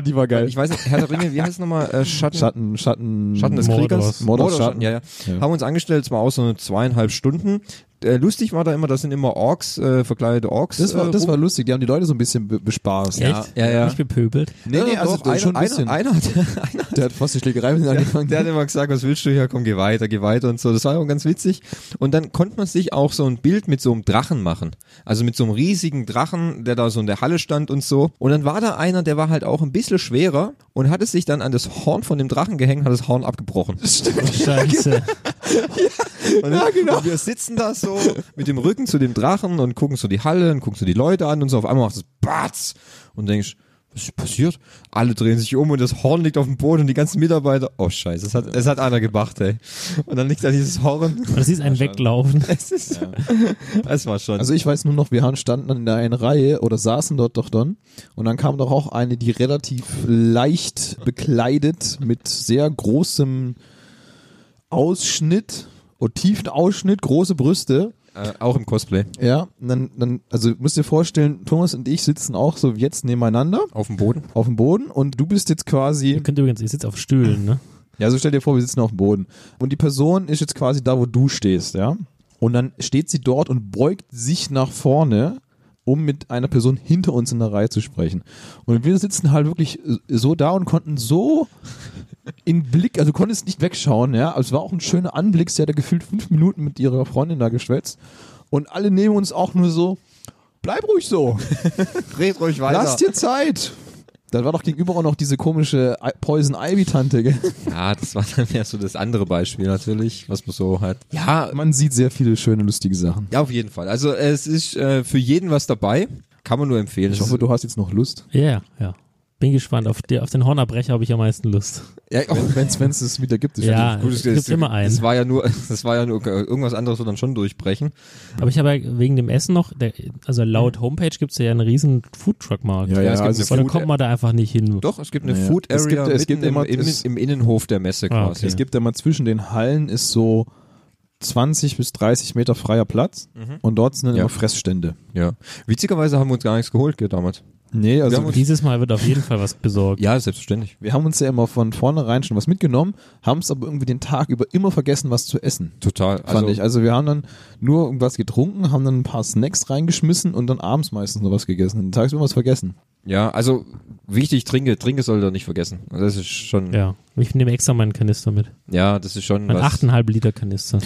S3: oh, die war geil.
S1: Ich weiß nicht, Herr der Ringe, wie heißt es nochmal? Äh, Schatten,
S3: Schatten, Schatten,
S1: Schatten des
S2: Mordors.
S1: Kriegers?
S3: Mordors
S1: Schatten,
S3: Schatten.
S1: ja, ja,
S3: Ja.
S1: Haben uns angestellt, es war auch so eine zweieinhalb Stunden. Äh, lustig war da immer, das sind immer Orks, äh, verkleidete Orks.
S3: Das war,
S1: äh,
S3: das
S1: rum.
S3: war lustig, die haben die Leute so ein bisschen be bespaßt.
S2: Echt?
S1: ja, ja. <laughs>
S2: Nicht bepöbelt.
S3: Nee, nee,
S1: Ja,
S3: also
S1: doch,
S3: das
S1: einer,
S3: ist schon ein
S1: einer,
S3: bisschen.
S1: einer, hat- einer
S3: Der hat fast die Schlägerei mit denen angefangen.
S1: Der hat immer gesagt, was willst du hier? Komm, geh weiter, geh weiter und so. Das war auch ganz witzig. Und dann konnte man sich auch so ein Bild mit so einem Drachen machen. Also mit so einem riesigen Drachen, der da so in der Halle stand und so. Und dann war da einer, der war halt auch ein bisschen schwerer und hat es sich dann an das Horn von dem Drachen gehängt, hat das Horn abgebrochen.
S2: Oh, Scheiße.
S1: Und, ja, genau. und wir sitzen da so mit dem Rücken zu dem Drachen und gucken so die Halle und gucken so die Leute an und so auf einmal macht es Batz und denkst, was ist passiert? Alle drehen sich um und das Horn liegt auf dem Boden und die ganzen Mitarbeiter, oh scheiße, es hat, es hat einer gemacht, ey. Und dann liegt da dieses Horn.
S2: Das ist
S1: <laughs>
S2: ein Weglaufen.
S1: Es ist, es war schon.
S3: Also ich weiß nur noch, wir haben- standen dann in der einen Reihe oder saßen dort doch dann und dann kam doch auch eine, die relativ leicht bekleidet mit sehr großem Ausschnitt und tiefen Ausschnitt, große Brüste.
S1: äh, auch im Cosplay.
S3: Ja, und dann, dann, also müsst ihr vorstellen, Thomas und ich sitzen auch so wie jetzt nebeneinander
S1: Auf dem Boden.
S3: auf dem Boden und du bist jetzt
S2: Ihr
S3: quasi,
S2: könnt übrigens, ihr sitzt auf Stühlen, ne?
S3: ja, so stell dir vor, wir sitzen auf dem Boden und die Person ist jetzt quasi da, wo du stehst, ja. Und dann steht sie dort und beugt sich nach vorne, um mit einer Person hinter uns in der Reihe zu sprechen. Und wir sitzen halt wirklich so da und konnten so in Blick, also du konntest nicht wegschauen, ja. Aber es war auch ein schöner Anblick. Sie hat da gefühlt fünf Minuten mit ihrer Freundin da geschwätzt. Und alle nehmen uns auch nur so, bleib ruhig so.
S1: Red ruhig
S3: Lass dir Zeit. Da war doch gegenüber auch noch diese komische I- Poison Ivy Tante. gell?
S1: Ja, das war dann mehr so das andere Beispiel natürlich, was man so hat. Ja,
S3: Man sieht sehr viele schöne lustige Sachen.
S1: ja auf jeden Fall. Also es ist äh, für jeden was dabei. Kann man nur empfehlen.
S3: Ich hoffe, du hast jetzt noch Lust.
S2: Ja, ja. Bin gespannt. Auf, die, auf den Hornabbrecher habe ich am meisten Lust.
S1: ja, oh,
S3: Wenn es es wieder gibt. ist
S2: Ja,
S1: Gut,
S2: es gibt immer einen.
S1: Das war ja nur, <laughs> das war ja nur, äh, irgendwas anderes wird dann schon durchbrechen.
S2: Aber ich habe ja wegen dem Essen noch, der, also laut Homepage gibt es ja einen riesen Foodtruck-Markt.
S3: Ja, ja,
S1: es gibt
S3: also
S1: eine
S3: es
S2: Oder
S1: Food-
S2: kommt man da einfach nicht hin?
S1: Doch, es gibt eine
S3: Naja.
S1: Food Area
S3: Es gibt- es
S1: mitten
S3: gibt immer-
S1: im, im,
S3: es-
S1: im Innenhof der Messe
S2: Ah,
S1: quasi.
S2: okay.
S3: Es gibt ja mal zwischen den Hallen ist so 20 bis 30 Meter freier Platz
S1: Mhm.
S3: und dort sind dann
S1: Ja.
S3: immer Fressstände.
S1: Ja. Witzigerweise haben wir uns gar nichts geholt gell, damals.
S3: Nee, also
S1: Wir haben
S3: wir haben,
S1: uns-
S3: uns,
S2: Dieses Mal wird auf jeden Fall was besorgt.
S1: Ja, selbstverständlich.
S3: ja immer von vornherein schon was mitgenommen, haben es aber irgendwie den Tag über immer vergessen, was zu essen.
S1: Total.
S3: Fand ich. Also wir haben dann nur irgendwas getrunken, haben dann ein paar Snacks reingeschmissen und dann abends meistens noch was gegessen. Den Tag immer was vergessen.
S1: Ja, also wichtig, Trinke, Trinke sollte nicht vergessen. Also Das ist schon,
S2: Ja. Ich nehme extra meinen Kanister mit.
S1: ja, das ist schon
S2: Mein
S1: was.
S2: 8,5 Liter Kanister.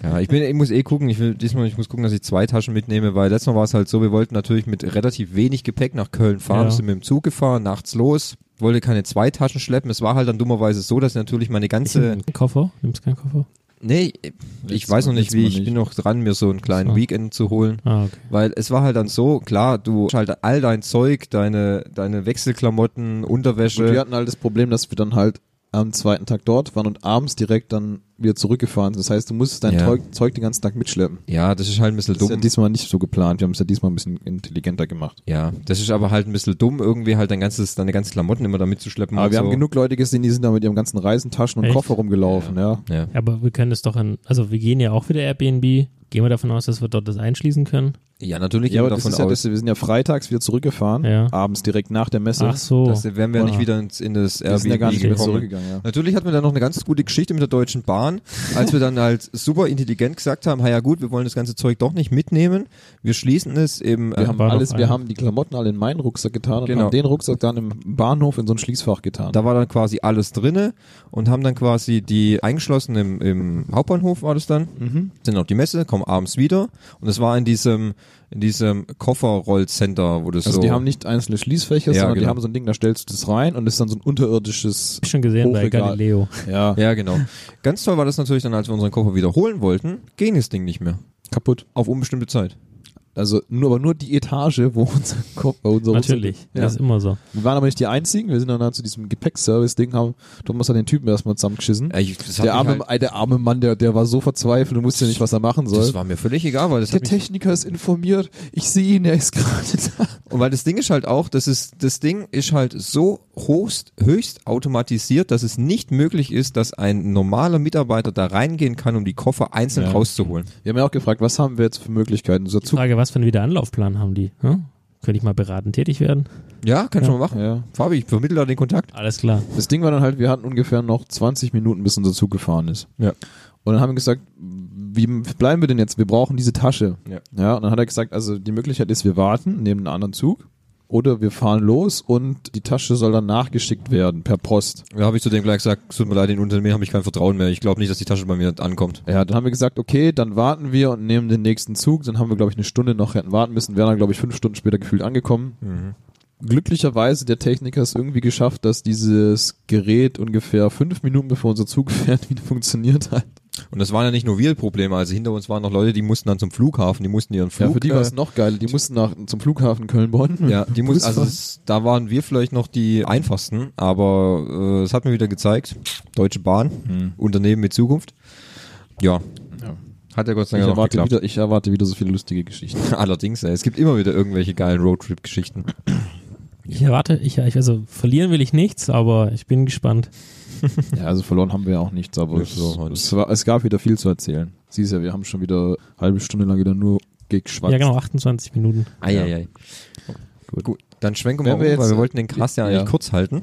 S1: Ja, ich bin, ich muss eh gucken. Ich will diesmal, ich muss gucken, dass ich zwei Taschen mitnehme, weil letztes Mal war es halt so, wir wollten natürlich mit relativ wenig Gepäck nach Köln fahren,
S2: Ja.
S1: sind mit dem Zug gefahren, nachts los, wollte keine zwei Taschen schleppen. Es war halt dann dummerweise so, dass natürlich meine
S2: Ich
S1: ganze,
S2: nehme einen Koffer. Nimmst keinen Koffer?
S1: nee, ich
S3: Letztes
S1: weiß noch
S3: Mal-
S1: nicht,
S3: letztes
S1: wie
S3: Mal
S1: ich
S3: nicht.
S1: bin noch dran, mir so einen kleinen
S2: So.
S1: Weekend zu holen.
S2: Ah, okay.
S1: Weil es war halt dann so, klar, du hast halt all dein Zeug, deine, deine Wechselklamotten,
S3: Und wir
S1: Unterwäsche.
S3: hatten halt das Problem, dass wir dann halt am zweiten Tag dort waren und abends direkt dann wieder zurückgefahren. sind. Das heißt, du musst dein
S1: Ja.
S3: Zeug, Zeug den ganzen Tag mitschleppen.
S1: Ja, das ist halt ein bisschen
S3: Das ist ja
S1: dumm.
S3: diesmal nicht so geplant. Wir haben es ja diesmal ein bisschen intelligenter gemacht.
S1: Ja, das ist aber halt ein bisschen dumm, irgendwie halt dein ganzes, deine ganzen Klamotten immer da mitzuschleppen.
S3: Aber
S1: und
S3: wir
S1: so.
S3: haben genug Leute gesehen, die sind da mit ihrem ganzen Reisentaschen und
S2: Echt?
S3: Koffer rumgelaufen, ja.
S1: Ja.
S2: Aber wir können es doch in, also wir gehen ja auch wieder Airbnb. Gehen wir davon aus, dass wir dort das einschließen können?
S1: ja, natürlich
S3: Ja,
S1: immer
S3: aber das
S1: davon
S3: ist ja,
S1: aus,
S3: das, wir sind ja freitags wieder zurückgefahren,
S2: Ja.
S3: abends direkt nach der Messe.
S2: Ach so.
S1: dass, wenn wir
S2: Ah.
S1: nicht wieder ins, in das
S3: wir sind ja gar
S1: Airbnb
S3: nicht mehr
S1: gekommen.
S3: zurückgegangen, ja.
S1: Natürlich hatten wir dann noch eine ganz gute Geschichte mit der Deutschen Bahn, als wir dann halt super intelligent gesagt haben, "Ha, ja gut, wir wollen das ganze Zeug doch nicht mitnehmen, wir schließen es im,
S3: Wir
S1: äh,
S3: haben
S2: war doch
S3: alles, wir
S2: einer.
S3: haben die Klamotten alle in meinen Rucksack getan und
S1: Genau.
S3: haben den Rucksack dann im Bahnhof in so ein Schließfach getan.
S1: da war dann quasi alles drinne und haben dann quasi die eingeschlossen im, im Hauptbahnhof war das dann,
S3: Mhm.
S1: sind auf die Messe, kommen abends wieder und es war in diesem, in diesem Kofferrollcenter, wo das
S3: also
S1: so.
S3: die haben nicht einzelne Schließfächer,
S1: Ja,
S3: sondern die
S1: genau.
S3: haben so ein Ding, da stellst du das rein und das ist dann so ein unterirdisches
S2: Hab ich schon gesehen bei
S3: Hochregal.
S2: Galileo.
S3: ja,
S1: ja, genau. Ganz toll war das natürlich dann, als wir unseren Koffer wiederholen wollten, ging das Ding nicht mehr.
S3: kaputt.
S1: Auf unbestimmte Zeit.
S3: Also nur, aber nur die Etage, wo <laughs> unser Kopf, äh, unser Rucksack-
S2: Natürlich,
S3: Ja.
S2: das ist immer so.
S3: Wir waren aber nicht die einzigen, wir sind dann halt zu diesem Gepäckservice-Ding, haben Thomas hat den Typen erstmal zusammengeschissen.
S1: Ja, ich- das hat
S3: Der
S1: mich halt-
S3: arme, äh, der arme Mann, der, der war so verzweifelt und wusste ja nicht, was er machen soll.
S1: Das war mir völlig egal, weil das
S3: der
S1: hat mich,
S3: Techniker ist informiert, ich sehe ihn, er ist <laughs> gerade da.
S1: und weil das Ding ist halt auch, das ist das Ding ist halt so hochst, höchst automatisiert, dass es nicht möglich ist, dass ein normaler Mitarbeiter da reingehen kann, um die Koffer einzeln
S3: Ja.
S1: rauszuholen.
S3: Wir haben ja auch gefragt, was haben wir jetzt für Möglichkeiten? So Zug,
S2: Frage, was für einen Wiederanlaufplan haben die? Hm? Könnte ich mal beraten, tätig werden?
S1: Ja, kann ich schon mal machen.
S3: ja.
S1: Fabi, ich vermittle da den Kontakt.
S2: Alles klar.
S3: Das Ding war dann halt, wir hatten ungefähr noch 20 Minuten, bis unser Zug gefahren ist.
S1: Ja.
S3: Und dann haben wir gesagt, wie bleiben wir denn jetzt? Wir brauchen diese Tasche.
S1: Ja.
S3: ja. Und dann hat er gesagt, also die Möglichkeit ist, wir warten, nehmen einen anderen Zug oder wir fahren los und die Tasche soll dann nachgeschickt werden per Post.
S1: Da habe ich zu dem gleich gesagt, es tut mir leid, in Unternehmen habe ich kein Vertrauen mehr. Ich glaube nicht, dass die Tasche bei mir ankommt.
S3: Ja, dann haben wir gesagt, okay, dann warten wir und nehmen den nächsten Zug. Dann haben wir, glaube ich, eine Stunde noch hätten warten müssen, wären dann, glaube ich, fünf Stunden später gefühlt angekommen.
S1: Mhm.
S3: Glücklicherweise der Techniker es irgendwie geschafft, dass dieses Gerät ungefähr fünf Minuten bevor unser Zug <laughs> fährt, wieder funktioniert hat.
S1: Und das waren ja nicht nur wir Probleme. Also hinter uns waren noch Leute, die mussten dann zum Flughafen, die mussten ihren Flug.
S3: Ja, für die war es
S1: äh,
S3: noch geiler. Die mussten nach, zum Flughafen Köln-Bonn.
S1: ja, die
S3: Bus
S1: muss, also
S3: fahren.
S1: es, da waren wir vielleicht noch die einfachsten, aber äh, es hat mir wieder gezeigt, Deutsche Bahn, Unternehmen mit Zukunft. Hm. Ja. Hat ja Gott sei
S3: ich,
S1: Dank noch
S3: erwarte
S1: geklappt.
S3: wieder, ich erwarte wieder so viele lustige
S1: <laughs>
S3: Geschichten.
S1: Allerdings, ey, es gibt immer wieder irgendwelche geilen Roadtrip-Geschichten.
S2: Ich erwarte, ich, ich also verlieren will ich nichts, aber ich bin gespannt.
S3: Ja, also verloren haben wir auch nichts, aber
S1: Ja,
S3: es,
S1: so halt.
S3: es, war, es gab wieder viel zu erzählen. Siehst ja, wir haben schon wieder eine halbe Stunde lang wieder nur geschwatzt.
S2: Ja, genau, 28 Minuten.
S1: Eieiei. Gut. Gut, dann schwenken wir
S3: Wenn
S1: mal
S3: wir
S1: um,
S3: jetzt-
S1: weil wir wollten den Cast ja eigentlich
S3: Ja.
S1: kurz halten.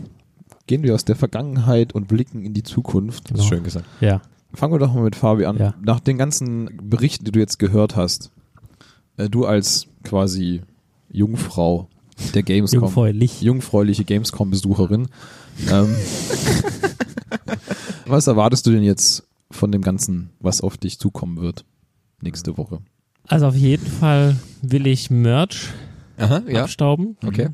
S3: Gehen wir aus der Vergangenheit und blicken in die Zukunft.
S2: Genau.
S1: Schön gesagt.
S2: Ja.
S3: Fangen wir doch mal mit Fabi an.
S2: Ja.
S3: Nach den ganzen Berichten, die du jetzt gehört hast, äh, du als quasi Jungfrau der Gamescom.
S2: Jungfräulich.
S3: jungfräuliche Gamescom-Besucherin.
S1: <laughs>
S3: ähm, was erwartest du denn jetzt von dem Ganzen, was auf dich zukommen wird nächste Woche?
S2: Also auf jeden Fall will ich Merch
S1: Aha, ja. Mhm.
S2: abstauben.
S1: Okay.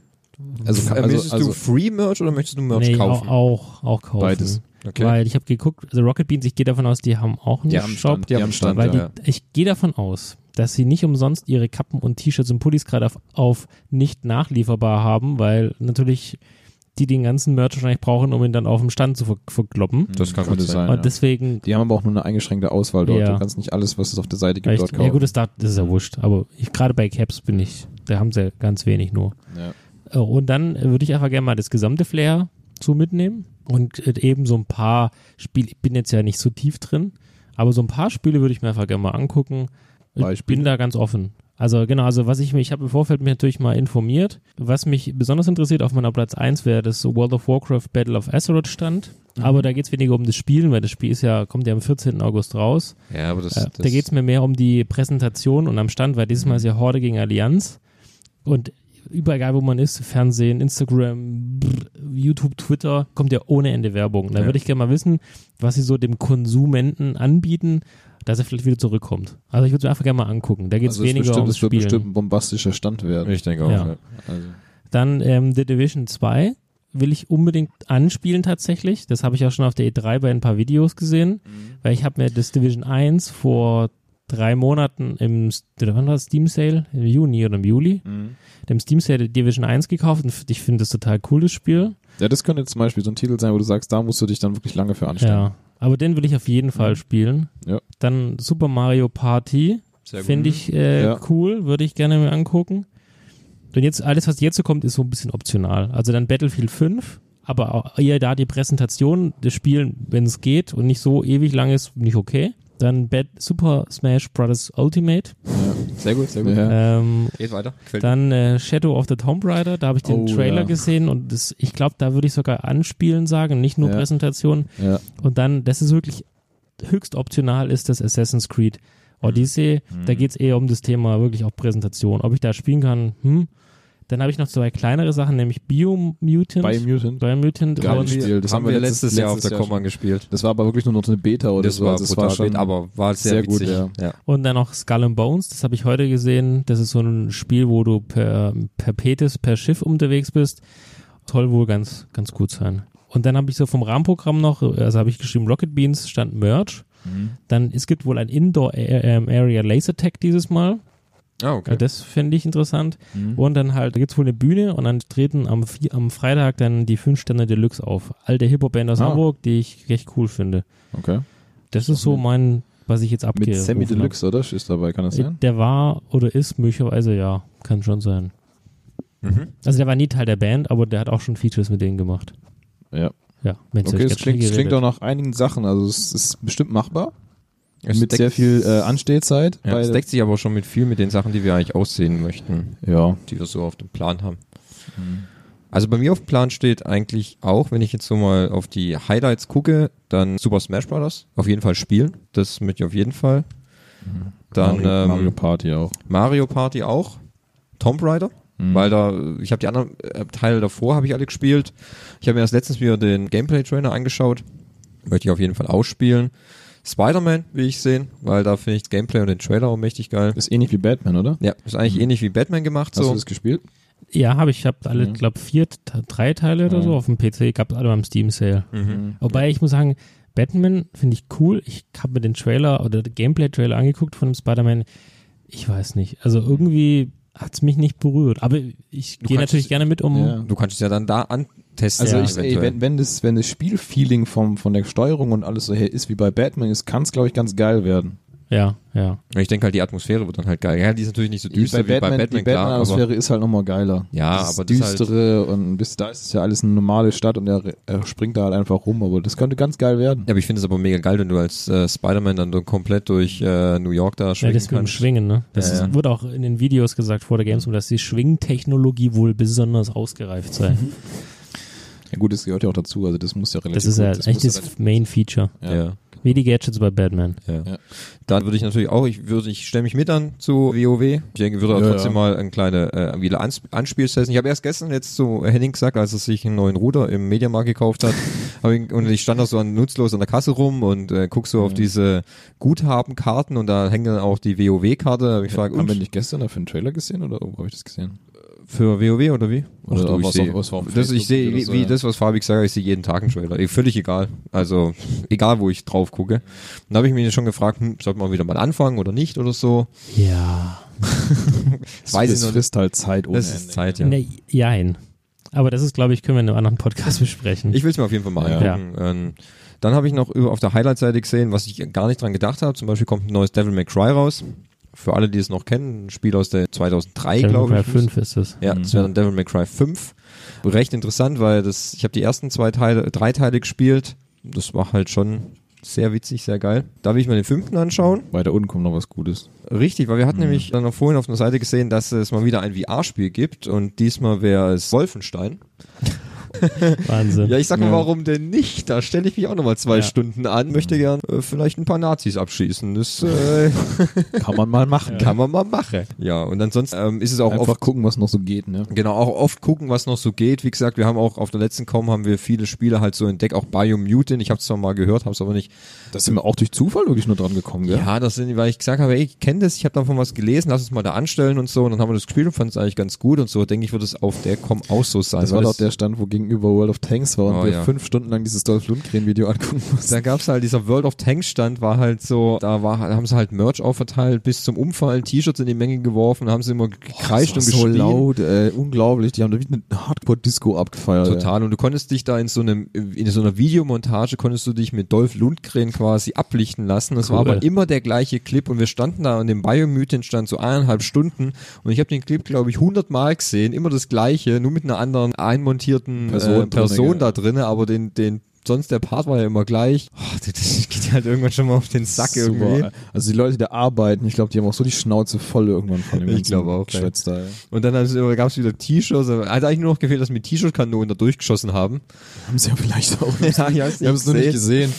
S3: Also,
S1: Äh,
S3: also,
S1: möchtest du
S3: also
S1: Free Merch oder möchtest du Merch
S2: nee,
S1: kaufen?
S2: Auch, auch, auch kaufen.
S3: Beides.
S1: Okay.
S2: Weil ich habe geguckt, also Rocket Beans, ich gehe davon aus, die haben auch einen
S3: die haben einen
S2: Shop.
S3: Stand, die haben einen Stand,
S2: Weil die,
S3: ja.
S2: ich gehe davon aus, dass sie nicht umsonst ihre Kappen und T-Shirts und Pullis gerade auf, auf nicht nachlieferbar haben, weil natürlich die den ganzen Merch wahrscheinlich brauchen, um ihn dann auf dem Stand zu ver verkloppen.
S1: das kann
S3: Könnte
S1: gut sein,
S2: Und deswegen,
S3: Die haben aber auch nur eine eingeschränkte Auswahl dort.
S2: Ja.
S3: Du kannst nicht alles, was es auf der Seite gibt, dort
S2: echt,
S3: kaufen. Mhm.
S2: ja gut, das, darf, das ist ja wurscht, aber ich- gerade bei Caps bin ich, da haben sie ganz wenig nur.
S3: Ja.
S2: Äh, Und dann äh, würde ich einfach gerne mal das gesamte Flair so mitnehmen und äh, eben so ein paar Spiele, ich bin jetzt ja nicht so tief drin, aber so ein paar Spiele würde ich mir einfach gerne mal angucken. Ich
S3: Beispiele?
S2: bin da ganz offen. Also genau, also was ich mir, ich habe im Vorfeld mich natürlich mal informiert. Was mich besonders interessiert auf meiner Platz 1 wäre das World of Warcraft Battle of Azeroth stand.
S3: Mhm.
S2: Aber da geht es weniger um das Spielen, weil das Spiel ist ja, kommt ja am 14. August raus.
S1: Ja, aber das,
S2: Äh,
S1: das
S2: da geht es mir mehr um die Präsentation und am Stand, weil dieses Mal ist ja Horde gegen Allianz. Und überall, egal wo man ist, Fernsehen, Instagram, brr, YouTube, Twitter, kommt ja ohne Ende Werbung. Da
S3: Ja.
S2: würde ich gerne mal wissen, was sie so dem Konsumenten anbieten, dass er vielleicht wieder zurückkommt. Also ich würde es mir einfach gerne mal angucken. Da geht es
S3: also es
S2: weniger
S3: bestimmt,
S2: ums
S3: es wird
S2: Spielen.
S3: bestimmt ein bombastischer Stand werden.
S1: ich denke auch.
S2: Ja.
S1: Ja.
S3: Also,
S2: Dann ähm, The Division 2 will ich unbedingt anspielen tatsächlich. Das habe ich auch schon auf der E3 bei ein paar Videos gesehen, weil ich habe mir das Division 1 vor drei Monaten im S- oder wann war das? Steam Sale im Juni oder im Juli dem Steam Sale Division 1 gekauft und f- ich finde das total cool, das Spiel.
S3: Ja, das könnte zum Beispiel so ein Titel sein, wo du sagst, da musst du dich dann wirklich lange für anstellen.
S2: Ja. Aber den will ich auf jeden Fall spielen.
S3: Ja.
S2: Dann Super Mario Party. Finde ich äh,
S3: Ja.
S2: cool, würde ich gerne mir angucken. Und jetzt, alles, was jetzt so kommt, ist so ein bisschen optional. Also dann Battlefield 5, aber auch eher da die Präsentation des Spiels, wenn es geht und nicht so ewig lang ist, nicht okay. Dann Bat Super Smash Bros. Ultimate.
S1: Sehr gut, sehr
S3: Ja.
S2: Ähm,
S1: Geht weiter. Gefällt mir.
S2: dann äh, Shadow of the Tomb Raider, da habe ich den
S3: Oh,
S2: Trailer
S3: ja.
S2: gesehen und das, ich glaube, da würde ich sogar anspielen sagen, nicht nur
S3: Ja.
S2: Präsentation.
S3: Ja.
S2: Und dann, das ist wirklich höchst optional, ist das Assassin's Creed Odyssey. Da geht's eher um das Thema wirklich auch Präsentation. Ob ich da spielen kann, hm. Dann habe ich noch zwei kleinere Sachen, nämlich Biomutant.
S3: Bei Mutant.
S2: Biomutant.
S3: Geil.
S2: Und,
S3: Spiel, das
S1: haben wir letztes, Jahr auf
S3: letztes
S1: der
S3: Jahr
S1: Common gespielt.
S3: Das war aber wirklich nur noch so eine Beta oder
S1: Das
S3: so.
S1: war
S3: also
S1: brutal
S3: schon-
S1: wild, aber war sehr,
S3: sehr gut,
S1: witzig.
S3: ja.
S2: und dann noch Skull and Bones. Das habe ich heute gesehen. Das ist so ein Spiel, wo du per, per Petis, per Schiff unterwegs bist. Soll wohl ganz, ganz gut sein. Und dann habe ich so vom Rahmenprogramm noch, also habe ich geschrieben Rocket Beans, stand Merch.
S3: Mhm.
S2: Dann, es gibt wohl ein Indoor äh, ähm, Area Laser Tag dieses Mal.
S1: Ah,
S2: Ja,
S1: okay.
S2: das finde ich interessant.
S1: Mhm.
S3: Oh,
S2: Und dann halt, da gibt es wohl eine Bühne und dann treten am, Vi- am Freitag dann die 5 Sterne Deluxe auf. Alte Hip-Hop-Band aus
S3: Ah.
S2: Hamburg, die ich recht cool finde.
S3: Okay.
S2: Das ist so mein, was ich jetzt abgehe.
S3: Mit Sammy Deluxe, oder? Ist dabei, kann das sein?
S2: Der war oder ist möglicherweise, ja, kann schon sein.
S1: Mhm.
S2: Also der war nie Teil der Band, aber der hat auch schon Features mit denen gemacht.
S3: Ja.
S2: Ja, Mensch, hab
S3: Okay,
S2: ich
S3: es
S2: ganz schnell
S3: klingt, es klingt auch nach
S2: geredet.
S3: einigen Sachen. Also es ist bestimmt machbar.
S1: Es
S3: mit
S1: deckt-
S3: sehr viel äh, Anstehzeit.
S1: Ja,
S3: weil-
S1: es deckt sich aber schon mit viel mit den Sachen, die wir eigentlich aussehen möchten.
S3: ja.
S1: die wir so auf dem Plan haben. Also bei mir auf dem Plan steht eigentlich auch, wenn ich jetzt so mal auf die Highlights gucke, dann Super Smash Bros. auf jeden Fall spielen. Das möchte ich auf jeden Fall. Dann
S3: Mario,
S1: ähm,
S3: Mario Party auch.
S1: Mario Party auch. Tomb Raider,
S3: Mhm.
S1: weil da, ich habe die anderen äh, Teile davor, habe ich alle gespielt. Ich habe mir erst letztens wieder den Gameplay-Trainer angeschaut. Möchte ich auf jeden Fall ausspielen. Spider-Man will ich sehen, weil da finde ich das Gameplay und den Trailer auch mächtig geil.
S3: Ist ähnlich wie Batman, oder?
S1: Ja, ist eigentlich ähnlich wie Batman gemacht. so.
S3: Hast du Mhm. das gespielt?
S2: Ja, habe ich. Ich habe alle, glaube vier, te- drei Teile oder so auf dem PC. Gab alle beim Steam Sale. Wobei ich muss sagen, Batman finde ich cool. Ich habe mir den Trailer oder den Gameplay-Trailer angeguckt von dem Spider-Man. Ich weiß nicht. Also irgendwie hat es mich nicht berührt. Aber ich gehe
S1: kannst
S2: natürlich
S1: es-
S2: gerne mit, um
S3: Ja.
S1: Du kannst es ja dann da antesten.
S3: genau. Also
S2: Ja,
S3: ich, ey, wenn, wenn das, wenn das Spielfeeling vom, von der Steuerung und alles so her ist wie bei Batman, ist, kann es, glaube ich, ganz geil werden.
S2: ja, ja.
S1: ich denke halt, die Atmosphäre wird dann halt geil. Ja, die ist natürlich nicht so düster wie bei Batman,
S3: die
S1: klar. Aber
S3: Batman-Atmosphäre ist halt nochmal geiler.
S1: Ja,
S3: Dieses
S1: aber das halt ist
S3: düstere und bis da ist es ja alles eine normale Stadt und er, er springt da halt einfach rum, aber das könnte ganz geil werden.
S1: ja, aber ich finde es aber mega geil, wenn du als äh, Spider-Man dann so komplett durch äh, New York da
S2: ja
S1: schwingen
S2: das mit dem
S1: kannst.
S2: Schwingen, ne? Das
S1: Ja,
S2: ist,
S1: ja.
S2: wurde auch in den Videos gesagt vor der Gamescom, dass die Schwingtechnologie wohl besonders ausgereift sei.
S3: Ja gut, das gehört ja auch dazu, also das muss ja relativ
S2: das ist ja
S3: gut,
S2: echt
S3: muss ja
S2: das Main-Feature.
S1: ja.
S3: relativ-
S1: Ja,
S2: Wie die Gadgets bei Batman.
S1: ja.
S3: Ja.
S1: Dann würde ich natürlich auch, ich würde, ich stelle mich mit an zu WoW. Ich denke, würde auch
S3: Ja,
S1: trotzdem
S3: ja.
S1: mal ein kleine äh, wieder Ans Anspielsession. Ich habe erst gestern jetzt zu Henning gesagt, als er sich einen neuen Ruder im Mediamarkt gekauft
S3: <laughs>
S1: hat, hab ich, und ich stand da so an, nutzlos an der Kasse rum und äh, guck so auf diese Guthabenkarten und da hängen dann auch die WoW-Karte. Ich frage,
S3: Haben
S1: und
S3: wir nicht gestern dafür einen Trailer gesehen oder irgendwo habe ich das gesehen?
S1: Für WoW oder wie?
S3: Oder
S1: Ach du, ich
S3: was
S1: sehe,
S3: auf- was auf
S1: das, ich
S3: Facebook
S1: sehe,
S3: oder
S1: wie,
S3: so,
S1: wie
S3: ja.
S1: das, was Fabi gesagt hat, ich sehe jeden Tag einen Trailer. Eh, Völlig egal. Also, egal, wo ich drauf gucke. Dann habe ich mich schon gefragt, hm, sollte man wieder mal anfangen oder nicht oder so.
S2: Ja.
S1: Das weiß
S3: das
S1: ich noch nicht.
S3: frisst halt Zeit ohne
S1: Das ist
S3: Ende.
S1: Zeit, ja.
S2: Ja. Ne, jein. Aber das ist, glaube ich, können wir in einem anderen Podcast besprechen.
S1: Ich will es mir auf jeden Fall mal
S3: Ja.
S1: angucken. Ähm, dann habe ich noch über, auf der Highlight-Seite gesehen, was ich gar nicht dran gedacht habe. Zum Beispiel kommt ein neues Devil May Cry raus. Für alle, die es noch kennen, ein Spiel aus der 2003,
S2: Devil
S1: glaube
S2: May
S1: ich.
S2: Cry 5 ist es.
S1: Ja, das wäre dann Devil May Cry 5. Recht interessant, weil das, ich habe die ersten zwei Teile, drei Teile gespielt. Das war halt schon sehr witzig, sehr geil. Da will ich mir den fünften anschauen.
S3: Weiter unten kommt noch was Gutes.
S1: Richtig, weil wir hatten nämlich dann auch vorhin auf einer Seite gesehen, dass es mal wieder ein VR-Spiel gibt und diesmal wäre es Wolfenstein.
S2: Wahnsinn.
S1: Ja, ich sag mal, warum denn nicht? Da stelle ich mich auch nochmal zwei
S2: Ja.
S1: Stunden an, möchte gern äh, vielleicht ein paar Nazis abschießen. Das <laughs> äh,
S3: Kann man mal machen.
S1: kann man mal machen. Ja, und ansonsten ähm, ist es auch
S3: Einfach
S1: oft
S3: gucken, was noch so geht, ne?
S1: Genau, auch oft gucken, was noch so geht. Wie gesagt, wir haben auch auf der letzten Com haben wir viele Spiele halt so entdeckt, auch Biomutant. Ich habe es zwar mal gehört, habe es aber nicht.
S3: Da sind wir auch durch Zufall wirklich nur dran gekommen, gell?
S1: Ja, das sind, weil ich gesagt habe, ey, ich kenne das, ich habe davon was gelesen, lass uns mal da anstellen und so. Und dann haben wir das gespielt und fanden es eigentlich ganz gut und so. Denke ich, wird es auf der Com auch so sein.
S3: Das war
S1: weil
S3: doch
S1: das-
S3: der Stand, wo, ging, gegenüber World of Tanks war und
S1: Oh,
S3: wir
S1: ja.
S3: fünf Stunden lang dieses Dolph Lundgren-Video angucken mussten.
S1: Da gab's halt, dieser World of Tanks Stand war halt so, da war, da haben sie halt Merch aufverteilt, bis zum Umfallen, T-Shirts in die Menge geworfen, haben sie immer gekreischt
S3: Oh, Das
S1: und
S3: war so
S1: gespielt.
S3: laut, ey, Äh, unglaublich. Die haben da wie eine Hardcore-Disco abgefeiert. ey.
S1: Total. Und du konntest dich da in so einem, in so einer Videomontage konntest du dich mit Dolph Lundgren quasi ablichten lassen. Das war
S2: Cool.
S1: aber immer der gleiche Clip und wir standen da und dem Biomythen stand so eineinhalb Stunden und ich habe den Clip, glaube ich, hundertmal gesehen, immer das gleiche, nur mit einer anderen einmontierten
S3: Person
S1: Person, äh,
S3: drinne,
S1: Person
S3: gell.
S1: da drinne, aber den, den, sonst der Part war ja immer gleich. Oh, <laughs> das- das geht halt irgendwann schon mal auf den Sack
S3: Super,
S1: irgendwie.
S3: ey. Also die Leute, die da arbeiten, ich glaube, die haben auch so die Schnauze voll irgendwann von dem
S1: Ich
S3: ganzen
S1: glaube auch, ey.
S3: Geschwätz da, ey.
S1: Und dann gab es wieder T-Shirts. Hat eigentlich nur noch gefehlt, dass wir mit T-Shirt-Kanonen da durchgeschossen haben.
S3: Haben sie ja vielleicht auch
S1: <laughs>
S3: nicht.
S1: Ja, ich hab's
S3: Wir haben es nur nicht gesehen.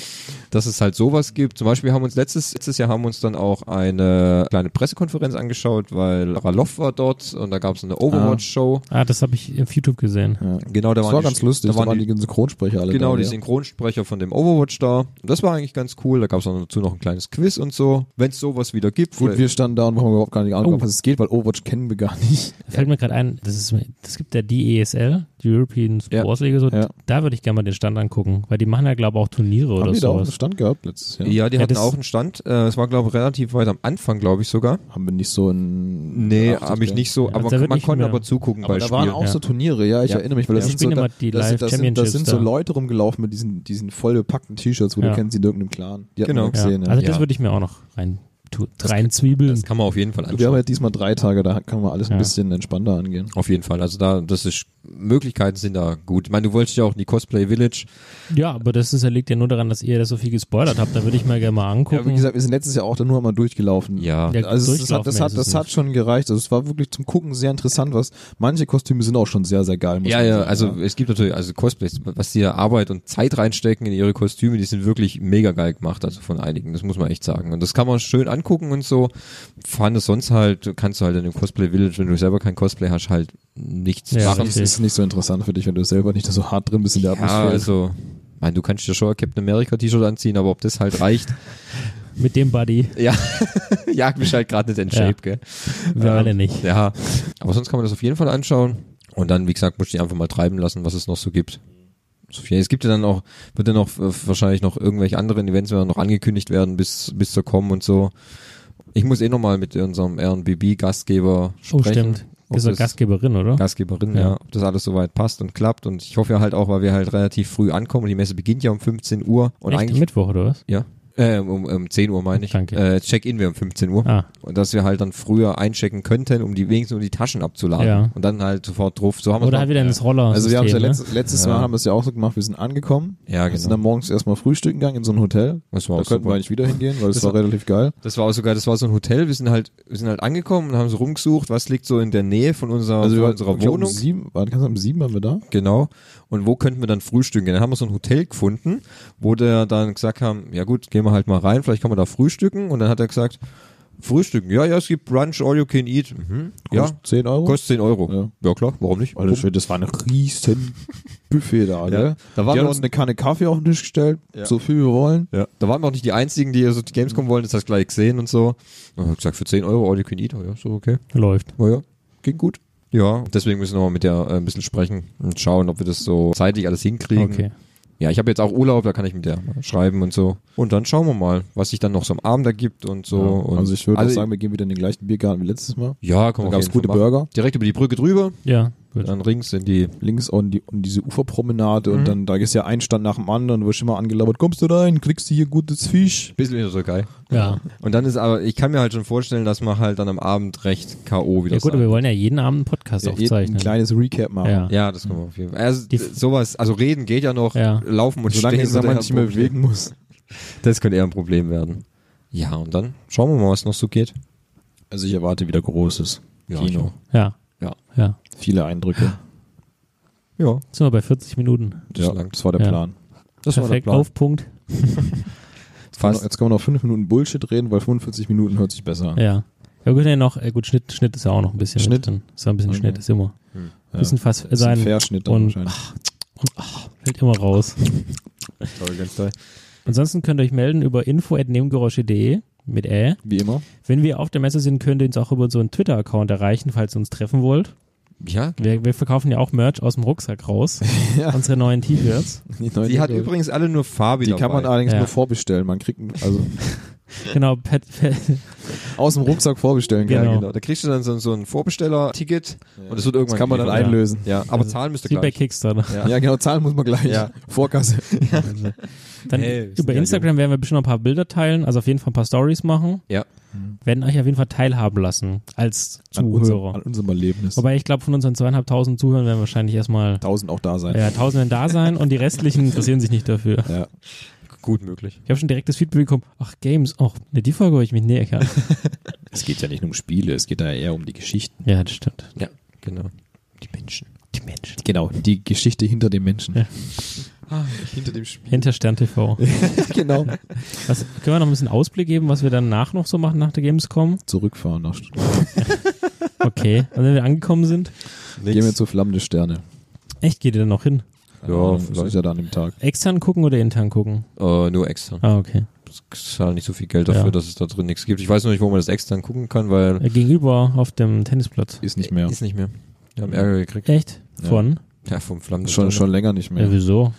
S1: dass es halt sowas gibt. Zum Beispiel haben uns letztes, letztes Jahr haben uns dann auch eine kleine Pressekonferenz angeschaut, weil Raloff war dort und da gab es eine Overwatch-Show.
S2: Ah, das habe ich auf YouTube gesehen.
S1: Genau, da
S3: Das
S1: waren
S3: war
S1: die-
S3: ganz lustig,
S1: Da waren die,
S3: Synchronsprecher alle
S1: genau,
S3: da, ne?
S1: die
S3: ja.
S1: Synchronsprecher von dem Overwatch da. Und das war eigentlich ganz cool. Da gab es dazu noch ein kleines Quiz und so. Wenn es sowas wieder gibt.
S3: Gut,
S1: weil-
S3: wir standen da und haben überhaupt gar nicht Ahnung,
S2: Oh.
S3: was es geht, weil Overwatch kennen wir gar
S1: <laughs>
S3: nicht.
S2: Da fällt mir gerade ein, das, ist, das gibt der DESL, die European
S1: Ja.
S2: Sports League, so,
S3: Ja.
S2: da würde ich gerne mal den Stand angucken, weil die machen ja, glaube ich, auch Turniere oder
S3: haben wir da auch einen
S2: sowas.
S3: Stand gehabt letztes Jahr?
S1: ja, die
S2: Ja,
S1: hatten
S2: das-
S1: auch einen Stand. Äh, Es war, glaube ich, relativ weit am Anfang, glaube ich sogar.
S3: Haben wir nicht so ein.
S1: Nee, habe ich nicht so.
S2: Ja,
S1: aber
S2: da wird
S1: man
S2: nicht
S1: konnte
S2: mehr-
S1: aber zugucken
S3: Aber
S1: bei
S3: da waren
S1: Spielen.
S3: auch
S2: ja.
S3: so Turniere, ja, ich
S1: Ja.
S3: erinnere mich, weil das
S2: Ja,
S3: sind so,
S2: spielen
S3: da,
S2: immer die
S3: das,
S2: Live
S3: sind, das, sind, das
S2: Championships
S3: sind so
S2: da.
S3: Leute rumgelaufen mit diesen, diesen voll bepackten T-Shirts, wo
S2: Ja.
S3: du kennst die in irgendeinem Clan. Die hat
S1: Genau.
S3: man gesehen.
S2: ja. Also das
S1: ja.
S2: würde ich mir auch noch rein, tu, rein zwiebeln.
S1: Das kann man auf jeden Fall anschauen.
S3: Wir haben ja diesmal drei Tage, da kann man alles
S2: Ja.
S3: ein bisschen entspannter angehen.
S1: Auf jeden Fall. Also da, das ist, Möglichkeiten sind da gut. Ich meine, du wolltest ja auch in die Cosplay Village.
S2: Ja, aber das ist, liegt ja nur daran, dass ihr das so viel gespoilert habt. Da würde ich mal gerne mal
S3: Ja, wie
S2: angucken.
S3: gesagt, wir sind letztes Jahr auch da nur einmal durchgelaufen.
S1: Ja.
S2: Mhm. Ja,
S3: Also es- das
S2: durchlaufen
S3: hat, das
S2: mehr
S3: hat,
S2: ist es
S3: das hat
S2: nicht.
S3: schon gereicht. Also es war wirklich zum Gucken sehr interessant, was manche Kostüme sind auch schon sehr, sehr geil. muss
S1: Ja,
S3: man
S1: ja,
S3: sagen,
S1: also es gibt natürlich, also Cosplays, was die da Arbeit und Zeit reinstecken in ihre Kostüme, die sind wirklich mega geil gemacht, also von einigen, das muss man echt sagen. Und das kann man schön angucken und so. Fand es sonst halt, kannst du halt in dem Cosplay Village, wenn du selber kein Cosplay hast, halt nichts
S2: Ja,
S1: machen.
S3: Das ist nicht so interessant für dich, wenn du selber nicht da so hart drin bist in der
S1: Ja,
S3: Atmosphäre.
S1: also, ich meine, du kannst dir schon ein Captain America T-Shirt anziehen, aber ob das halt reicht,
S2: Mit dem Buddy,
S1: ja, jagt mich halt gerade nicht in
S2: Ja.
S1: Shape, gell.
S2: wir alle nicht.
S1: Ja, aber sonst kann man das auf jeden Fall anschauen. Und dann, wie gesagt, musst du dich einfach mal treiben lassen, was es noch so gibt. So viel. Es gibt ja dann auch, wird ja noch äh, wahrscheinlich noch irgendwelche anderen Events werden noch angekündigt werden bis, bis zur Com und so. Ich muss eh nochmal mit unserem RBB-Gastgeber
S2: Oh,
S1: sprechen.
S2: stimmt.
S1: ob
S2: Ist doch
S1: das-
S2: Gastgeberin, oder?
S1: Gastgeberin, ja.
S2: Ja.
S1: ob das alles soweit passt und klappt. Und ich hoffe ja halt auch, weil wir halt relativ früh ankommen. Die Messe beginnt ja um 15 Uhr und
S2: Echt,
S1: eigentlich
S2: Mittwoch, oder was?
S1: ja, äh, um, um 10 Uhr meine ich.
S2: Danke.
S1: Äh, Check-in wäre um 15 Uhr.
S2: Ah,
S1: Und dass wir halt dann früher einchecken könnten, um die wenigstens um die Taschen abzuladen.
S2: Ja.
S1: Und dann halt sofort drauf. So haben
S2: oder
S1: wir's
S2: halt wieder ins Roller.
S3: Also wir haben es ja
S2: ne?
S3: letzt, letztes
S1: Ja.
S3: Mal haben wir es ja auch so gemacht, wir sind angekommen,
S1: Ja,
S3: wir sind
S1: genau.
S3: dann morgens erstmal frühstücken gegangen in so ein Hotel.
S2: halt
S1: Das war,
S3: Da
S1: auch
S3: könnten wir
S1: super.
S3: eigentlich wieder hingehen, weil es
S1: Das
S3: war
S1: war-
S3: relativ geil.
S1: das war auch sogar, das war so ein Hotel. Wir sind halt, wir sind halt angekommen und haben so rumgesucht, was liegt so in der Nähe von unserer,
S3: Also
S1: von
S3: wir waren
S1: unserer
S3: ich glaub, um
S1: Wohnung.
S3: sieben, waren, ganz am sieben waren wir da.
S1: Genau. Und wo könnten wir dann frühstücken? Dann haben wir so ein Hotel gefunden, wo der dann gesagt haben, ja gut, gehen wir halt mal rein, vielleicht kann man da frühstücken. Und dann hat er gesagt, frühstücken, ja, ja, es gibt Brunch, all you can eat. Mhm. Ja,
S3: Kostet 10 Euro.
S1: kostet 10 Euro.
S3: Ja.
S1: klar, warum nicht?
S3: Alter, schön, das war ein riesen Buffet da, gell?
S1: Da waren
S3: die
S1: wir
S3: haben
S1: uns-
S3: uns eine Kanne Kaffee auf den Tisch gestellt, so viel wir wollen.
S1: Ja. Da waren wir auch nicht die einzigen, die so die Gamescom wollen, das hast du gleich gesehen und so. Und hab gesagt, für 10 Euro All You Can Eat, oh ja, so okay.
S2: Läuft.
S1: Oh ja, ging gut. Ja, deswegen müssen wir mal mit der äh, ein bisschen sprechen und schauen, ob wir das so zeitlich alles hinkriegen.
S2: Okay.
S1: Ja, ich habe jetzt auch Urlaub, da kann ich mit der mal schreiben und so. Und dann schauen wir mal, was sich dann noch so am Abend ergibt und so.
S3: Ja,
S1: und
S3: also ich würde
S1: also-
S3: auch sagen, wir gehen wieder in den gleichen Biergarten wie letztes Mal.
S1: ja, komm,
S3: Da gab es gute
S1: Burger.
S3: Burger.
S1: Direkt über die Brücke drüber,
S2: Ja, gut.
S1: dann rings in die.
S3: links an, die, an diese Uferpromenade und dann da ist ja ein Stand nach dem anderen, wirst immer angelabert, kommst du rein, kriegst du hier gutes Fisch.
S1: Bisschen in der Türkei.
S2: Ja.
S1: Und dann ist aber, ich kann mir halt schon vorstellen, dass man halt dann am Abend recht K.O. wieder
S2: Ja gut, aber wir wollen ja jeden Abend einen Podcast
S3: Ja, eh ein
S2: aufzeichnen.
S3: kleines Recap machen.
S2: Ja.
S1: Ja, das können wir auf jeden Fall. Also,
S2: Mhm. Die-
S1: sowas, also reden geht ja noch,
S2: Ja.
S1: laufen und
S3: Solange
S1: stehen
S3: ich sag mal,
S1: wird
S3: nicht
S1: eher
S3: mehr
S1: ein Problem.
S3: bewegen muss.
S1: Das könnte eher ein Problem werden. Ja, und dann schauen wir mal, was noch so geht.
S3: Also ich erwarte wieder Großes.
S1: Ja, ich auch.
S3: Kino.
S2: Ja.
S1: Ja.
S2: ja.
S3: Viele Eindrücke.
S1: Ja,
S2: Jetzt sind wir bei 40 Minuten.
S1: das,
S3: ja,
S1: ist lang.
S3: das war der
S2: Ja.
S3: Plan.
S1: das war der
S2: Perfekt,
S1: Plan.
S2: auf Punkt.
S1: Fast.
S3: Jetzt können wir noch fünf Minuten Bullshit reden, weil 45 Minuten hört sich besser an.
S2: Ja. Ja gut, ja noch, äh, gut, Schnitt, Schnitt ist ja auch noch ein bisschen.
S3: Schnitt?
S2: Mit drin. Ist ja ein bisschen
S3: Okay. Hm.
S2: Schnitt, ist immer.
S3: Ja.
S2: Bisschen fast
S3: Bisschen
S2: sein.
S3: Verschnitt dann
S2: und-
S3: wahrscheinlich.
S2: Fällt immer raus.
S1: Toll, ganz toll.
S2: Ansonsten könnt ihr euch melden über info.nebengeräusche.de mit Ä.
S3: Wie immer.
S2: Wenn wir auf der Messe sind, könnt ihr uns auch über unseren Twitter-Account erreichen, falls ihr uns treffen wollt.
S1: Ja.
S2: Wir, wir verkaufen ja auch Merch aus dem Rucksack raus.
S3: <laughs> Ja.
S2: Unsere neuen T-Shirts.
S3: Die, neue
S1: Die hat
S3: Idee.
S1: übrigens alle nur Fabi
S3: Die
S1: dabei.
S3: kann man allerdings
S2: Ja.
S3: nur vorbestellen. Man kriegt also
S1: <laughs>
S2: Genau, Pat, Pat,
S3: aus dem Rucksack vorbestellen.
S1: ja,
S2: Genau.
S1: genau. Da kriegst du dann so, so ein Vorbesteller-Ticket und das wird
S3: Das
S1: irgendwann
S3: kann man dann
S1: geliefert.
S3: einlösen.
S1: Ja, aber zahlen müsst ihr
S2: <laughs> wie bei
S1: gleich.
S2: Kickstarter.
S3: Ja. genau, zahlen muss man gleich.
S1: Ja.
S3: <laughs> Vorkasse.
S2: Dann
S1: Hey, wir sind
S2: über
S1: ja
S2: Instagram werden wir bestimmt noch ein paar Bilder teilen, also auf jeden Fall ein paar Stories machen.
S1: Ja.
S2: Werden euch auf jeden Fall teilhaben lassen als Zuhörer.
S3: Unserem, an unserem Erlebnis.
S2: Wobei ich glaube, von unseren zweieinhalbtausend Zuhörern werden wahrscheinlich erstmal
S3: Tausend auch da sein.
S2: ja, Tausenden da sein und die restlichen interessieren sich nicht dafür.
S3: Ja.
S1: Gut möglich.
S2: Ich habe schon direktes Feedback bekommen. Ach, Games, ach, ne, die Folge habe ich mich näher erkannt.
S3: Es geht ja nicht nur um Spiele, es geht ja eher um die Geschichten.
S2: Ja, das stimmt.
S1: <laughs> Ja, genau. Die Menschen.
S2: Die Menschen.
S3: Genau, die Geschichte hinter dem Menschen. <laughs> Ah,
S2: Ja.
S3: hinter dem Spiel.
S2: Hinter Stern TV.
S3: genau.
S2: Was, können wir noch ein bisschen Ausblick geben, was wir danach noch so machen nach der Gamescom?
S3: Zurückfahren nach Stuttgart.
S2: Okay. Also wenn wir angekommen sind.
S3: Gehen wir zu Flammende Sterne.
S2: Echt, geht ihr dann noch hin?
S3: Keine
S1: Ja,
S3: Ahnung,
S1: vielleicht.
S3: das ist ja da an dem Tag.
S2: Extern gucken oder intern gucken?
S1: Äh, nur extern.
S2: Ah, okay.
S1: Ich zahle nicht so viel Geld dafür,
S2: Ja.
S1: dass es da drin nichts gibt. Ich weiß noch nicht, wo man das extern gucken kann, weil
S2: Äh, Gegenüber auf dem Tennisplatz.
S3: Ist nicht mehr.
S1: Äh, ist nicht mehr. Wir haben Ärger gekriegt.
S2: Echt?
S3: Ja.
S2: Von?
S1: Ja, vom Flammen.
S3: Schon, schon länger nicht
S2: Ja,
S3: mehr.
S2: wieso?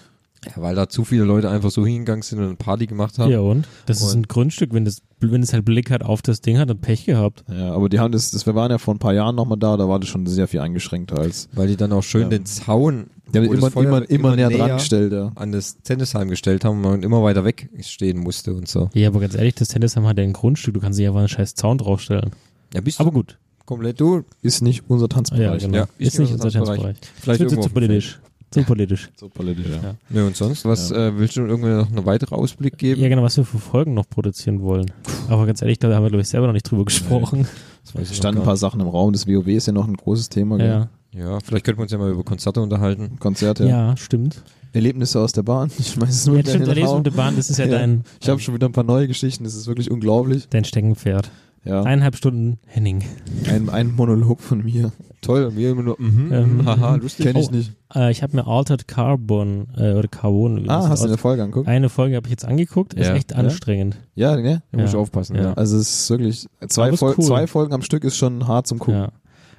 S1: Ja, weil da zu viele Leute einfach so hingegangen sind und eine Party gemacht haben.
S2: Ja, und? Das ist
S1: Und-
S2: ein Grundstück. Wenn das, wenn das halt Blick hat auf das Ding, hat dann Pech gehabt.
S3: Ja, aber die haben das, das, wir waren ja vor ein paar Jahren nochmal da, da war das schon sehr viel eingeschränkter als.
S1: Weil die dann auch schön
S3: Ja.
S1: den Zaun
S3: Die haben
S1: wo das
S3: immer,
S1: Feuer
S3: immer, immer näher dran gestellt, ja.
S1: an das Tennisheim gestellt haben und man immer weiter weg stehen musste und so.
S2: Ja, aber ganz ehrlich, das Tennisheim hat ja ein Grundstück. Du kannst dir ja mal einen scheiß Zaun draufstellen.
S1: Ja, bist
S2: Aber gut.
S1: du komplett du?
S3: Ist nicht unser
S2: Ja,
S3: Tanzbereich.
S2: genau.
S1: ja.
S2: ist, nicht unser Tanzbereich.
S1: Vielleicht
S2: das wird
S1: irgendwo
S2: zu
S1: auf dem Feld.
S2: politisch. Zu politisch.
S3: So politisch, ja.
S2: Ja.
S1: Nö, und sonst? Was äh, willst du irgendwie noch einen weiteren Ausblick geben?
S2: Ja, genau, was wir für Folgen noch produzieren wollen. Aber ganz ehrlich, da haben wir, glaube ich, selber noch nicht drüber gesprochen.
S1: Das weiß ich noch
S3: Standen ein
S1: gar
S3: paar Sachen im Raum. Das WoW ist ja noch ein großes Thema. gell?
S2: Oh Ja.
S1: nicht. Ja, vielleicht könnten wir uns ja mal über Konzerte unterhalten.
S3: Konzerte.
S2: ja, stimmt.
S3: Erlebnisse aus der Bahn. <laughs> Ich schmeiß es
S2: Ja,
S3: wieder in
S2: stimmt,
S3: den
S2: Erlesen
S3: Raum.
S2: und Bahn, das ist ja,
S3: Ja.
S2: dein,
S3: genau. Ich habe schon wieder ein paar neue Geschichten. Das ist wirklich unglaublich.
S2: dein Steckenpferd.
S3: Ja.
S2: Eineinhalb Stunden Henning.
S3: Ein, ein Monolog von mir.
S1: Toll, wir immer nur, mhm,
S2: Ähm,
S1: mhm, haha, lustig.
S3: Kenne ich
S2: Oh.
S3: nicht.
S2: Äh, ich habe mir Altered Carbon äh, oder Carbon. wie
S3: Ah,
S2: das
S3: hast du
S2: aus-
S3: eine Folge angeguckt?
S2: eine Folge habe ich jetzt angeguckt. Ist
S1: Ja.
S2: echt
S1: Ja?
S2: anstrengend.
S3: Ja, ne?
S1: Da muss ich
S2: Ja.
S1: aufpassen,
S2: Ja.
S1: ja.
S3: Also es ist wirklich zwei,
S2: Aber ist
S3: Fol
S2: cool.
S3: zwei Folgen am Stück ist schon hart zum gucken.
S2: Ja.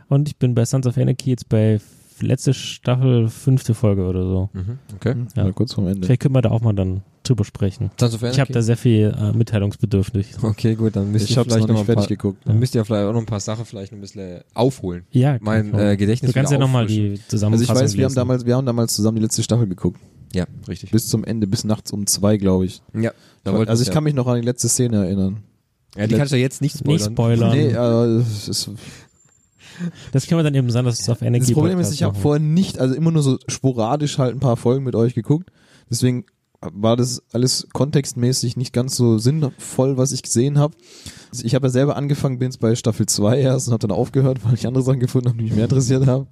S2: Und ich bin bei Sons of Anarchy jetzt bei f- letzte Staffel, fünfte Folge oder so.
S1: Mhm, okay.
S3: Hm,
S2: Ja.
S3: ja, kurz vorm Ende.
S2: Vielleicht können wir da auch mal dann drüber sprechen.
S1: Tanz of
S2: Ich habe da sehr viel äh, Mitteilungsbedürftig.
S1: Okay, gut, dann müsst
S3: Ich
S1: ihr
S3: habe
S1: vielleicht
S3: noch
S1: noch,
S3: nicht
S1: ein paar,
S3: fertig geguckt.
S1: dann müsst ihr vielleicht auch noch ein paar Sachen vielleicht ein bisschen aufholen.
S2: Ja,
S1: Mein
S2: klar.
S1: äh, Gedächtnis
S2: Du kannst ja
S1: wieder
S2: nochmal
S1: auffrischen.
S2: die Zusammenfassung
S3: Also ich weiß, wir haben
S2: lesen.
S3: damals, wir haben damals zusammen die letzte Staffel geguckt.
S1: Ja, richtig.
S3: Bis zum Ende, bis nachts um zwei, glaube ich.
S1: Ja, da wollten
S3: Also ich
S1: wir-
S3: kann mich noch an die letzte Szene erinnern.
S1: ja, die kannst du jetzt nicht spoilern.
S2: Nicht spoilern.
S3: Nee, äh, es ist,
S2: Das können wir dann eben sagen, dass es auf Energie
S3: das Problem ist, ich habe
S2: machen.
S3: vorher nicht, also immer nur so sporadisch halt ein paar Folgen mit euch geguckt. Deswegen war das alles kontextmäßig nicht ganz so sinnvoll, was ich gesehen habe. Also ich habe ja selber angefangen, bin jetzt bei Staffel 2 erst und habe dann aufgehört, weil ich andere Sachen gefunden habe, die mich mehr interessiert haben.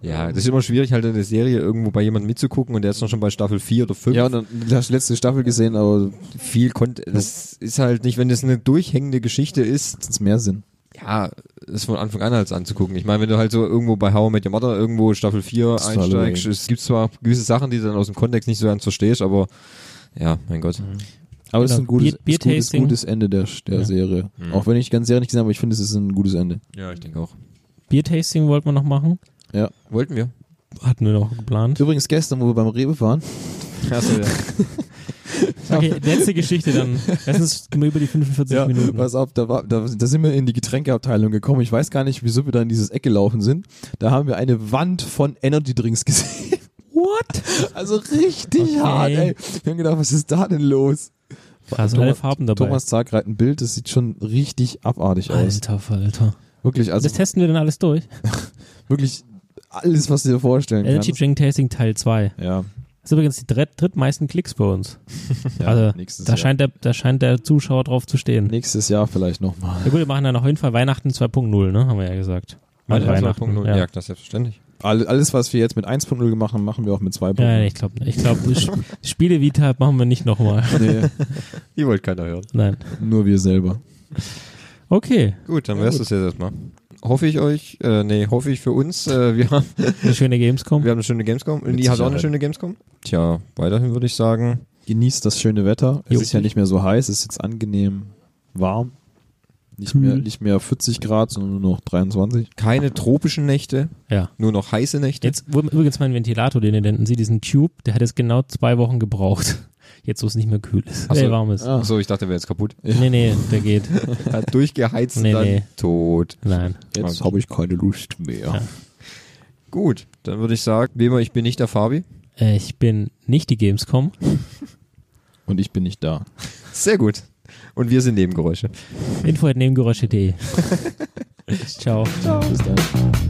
S1: Ja, das ist immer schwierig, halt eine Serie irgendwo bei jemandem mitzugucken und der ist noch schon bei Staffel 4 oder 5.
S3: Ja, und dann hast du die letzte Staffel gesehen, aber
S1: viel konnte. Das ist halt nicht, wenn das eine durchhängende Geschichte ist,
S3: es ist mehr Sinn.
S1: ja, ist von Anfang an halt anzugucken. Ich meine, wenn du halt so irgendwo bei How I Met Your Mother irgendwo Staffel 4
S3: Das ist
S1: einsteigst,
S3: Halloween.
S1: es gibt zwar gewisse Sachen, die du dann aus dem Kontext nicht so ganz verstehst, aber ja, mein Gott.
S3: Aber es ist
S2: Genau.
S3: ein gutes, ist
S2: Bier-
S3: gutes,
S2: Biertasting.
S3: gutes Ende der, der
S2: Ja.
S3: Serie. Auch wenn ich ganz Serie nicht gesehen habe, aber ich finde, es ist ein gutes Ende.
S1: Ja, ich denke auch.
S2: Biertasting wollten wir noch machen.
S1: Wollten wir.
S2: Hatten wir noch geplant.
S3: Übrigens gestern, wo wir beim Rewe waren,
S1: Achso, ja.
S2: Okay, letzte Geschichte dann.
S3: <laughs>
S2: Lass uns mal über die 45
S3: Ja,
S2: Minuten.
S3: pass auf, da, war, da, da sind wir in die Getränkeabteilung gekommen. Ich weiß gar nicht, wieso wir da in dieses Eck gelaufen sind. Da haben wir eine Wand von Energy Drinks <laughs> gesehen. What? Also richtig
S2: Okay.
S3: hart, ey. Wir haben gedacht, was ist da denn los?
S2: Krass, Also alle
S3: Thomas-
S2: Farben dabei.
S3: Thomas Zark reiht ein Bild, das sieht schon richtig abartig aus.
S2: Alter, Alter.
S3: Wirklich, also
S2: das testen wir dann alles durch.
S3: wirklich alles, was du dir vorstellen
S2: Energy Drink Tasting Teil 2.
S3: kannst. Ja,
S2: Das ist übrigens die dritt, drittmeisten Klicks bei uns.
S3: ja
S2: also,
S3: nächstes,
S2: da
S3: Jahr.
S2: scheint, der, da scheint der Zuschauer drauf zu stehen.
S3: nächstes Jahr vielleicht nochmal.
S2: Na gut, wir machen dann auf jeden Fall Weihnachten 2.0, ne? Haben wir ja gesagt. An
S1: Ja.
S2: Ja.
S1: ja, klar, selbstverständlich.
S3: Alle- Alles, was wir jetzt mit 1.0 gemacht haben, machen wir auch mit 2.0.
S2: Ja, nee, ich glaube,
S3: <laughs>
S2: ich glaub, Sp- Spiele Vita machen wir nicht nochmal. <laughs>
S3: nee,
S1: Die wollte keiner hören.
S2: Nein.
S3: nur wir selber.
S2: Okay,
S1: Gut, dann wär's das jetzt erstmal. Hoffe ich euch, äh, nee, hoffe ich für uns, äh, <laughs> wir haben
S2: eine schöne Gamescom.
S1: Wir haben eine schöne Gamescom.
S3: Mit
S1: Indy hat auch eine
S3: Sicherheit.
S1: schöne Gamescom. Tja, weiterhin würde ich sagen.
S3: Genießt das schöne Wetter. Es
S2: Jo.
S3: ist ja nicht mehr so heiß, es ist jetzt angenehm warm. Nicht mehr,
S2: Kühl.
S3: nicht mehr 40 Grad, sondern nur noch 23.
S1: Keine tropischen Nächte,
S2: Ja.
S1: nur noch heiße Nächte.
S2: Jetzt wo- übrigens mein Ventilator, den ihr nennt, sie diesen Tube, der hat jetzt genau zwei Wochen gebraucht. <laughs> Jetzt, wo es nicht mehr kühl ist.
S1: Ach so.
S2: Äh, warm ist.
S3: Ah,
S1: Achso, ich dachte, der wäre jetzt kaputt.
S2: Nee, nee, der geht.
S1: Hat durchgeheizt und
S2: Nee,
S1: dann
S2: nee.
S1: tot.
S2: Nein.
S3: jetzt habe ich keine Lust mehr.
S2: Ja.
S1: Gut, dann würde ich sagen, wie immer, ich bin nicht der Fabi.
S2: Äh, ich bin nicht die Gamescom.
S3: Und ich bin nicht da.
S1: Sehr gut. Und wir sind Nebengeräusche. <laughs>
S2: Info at nebengeräusche.de. Ciao.
S3: Bis dann.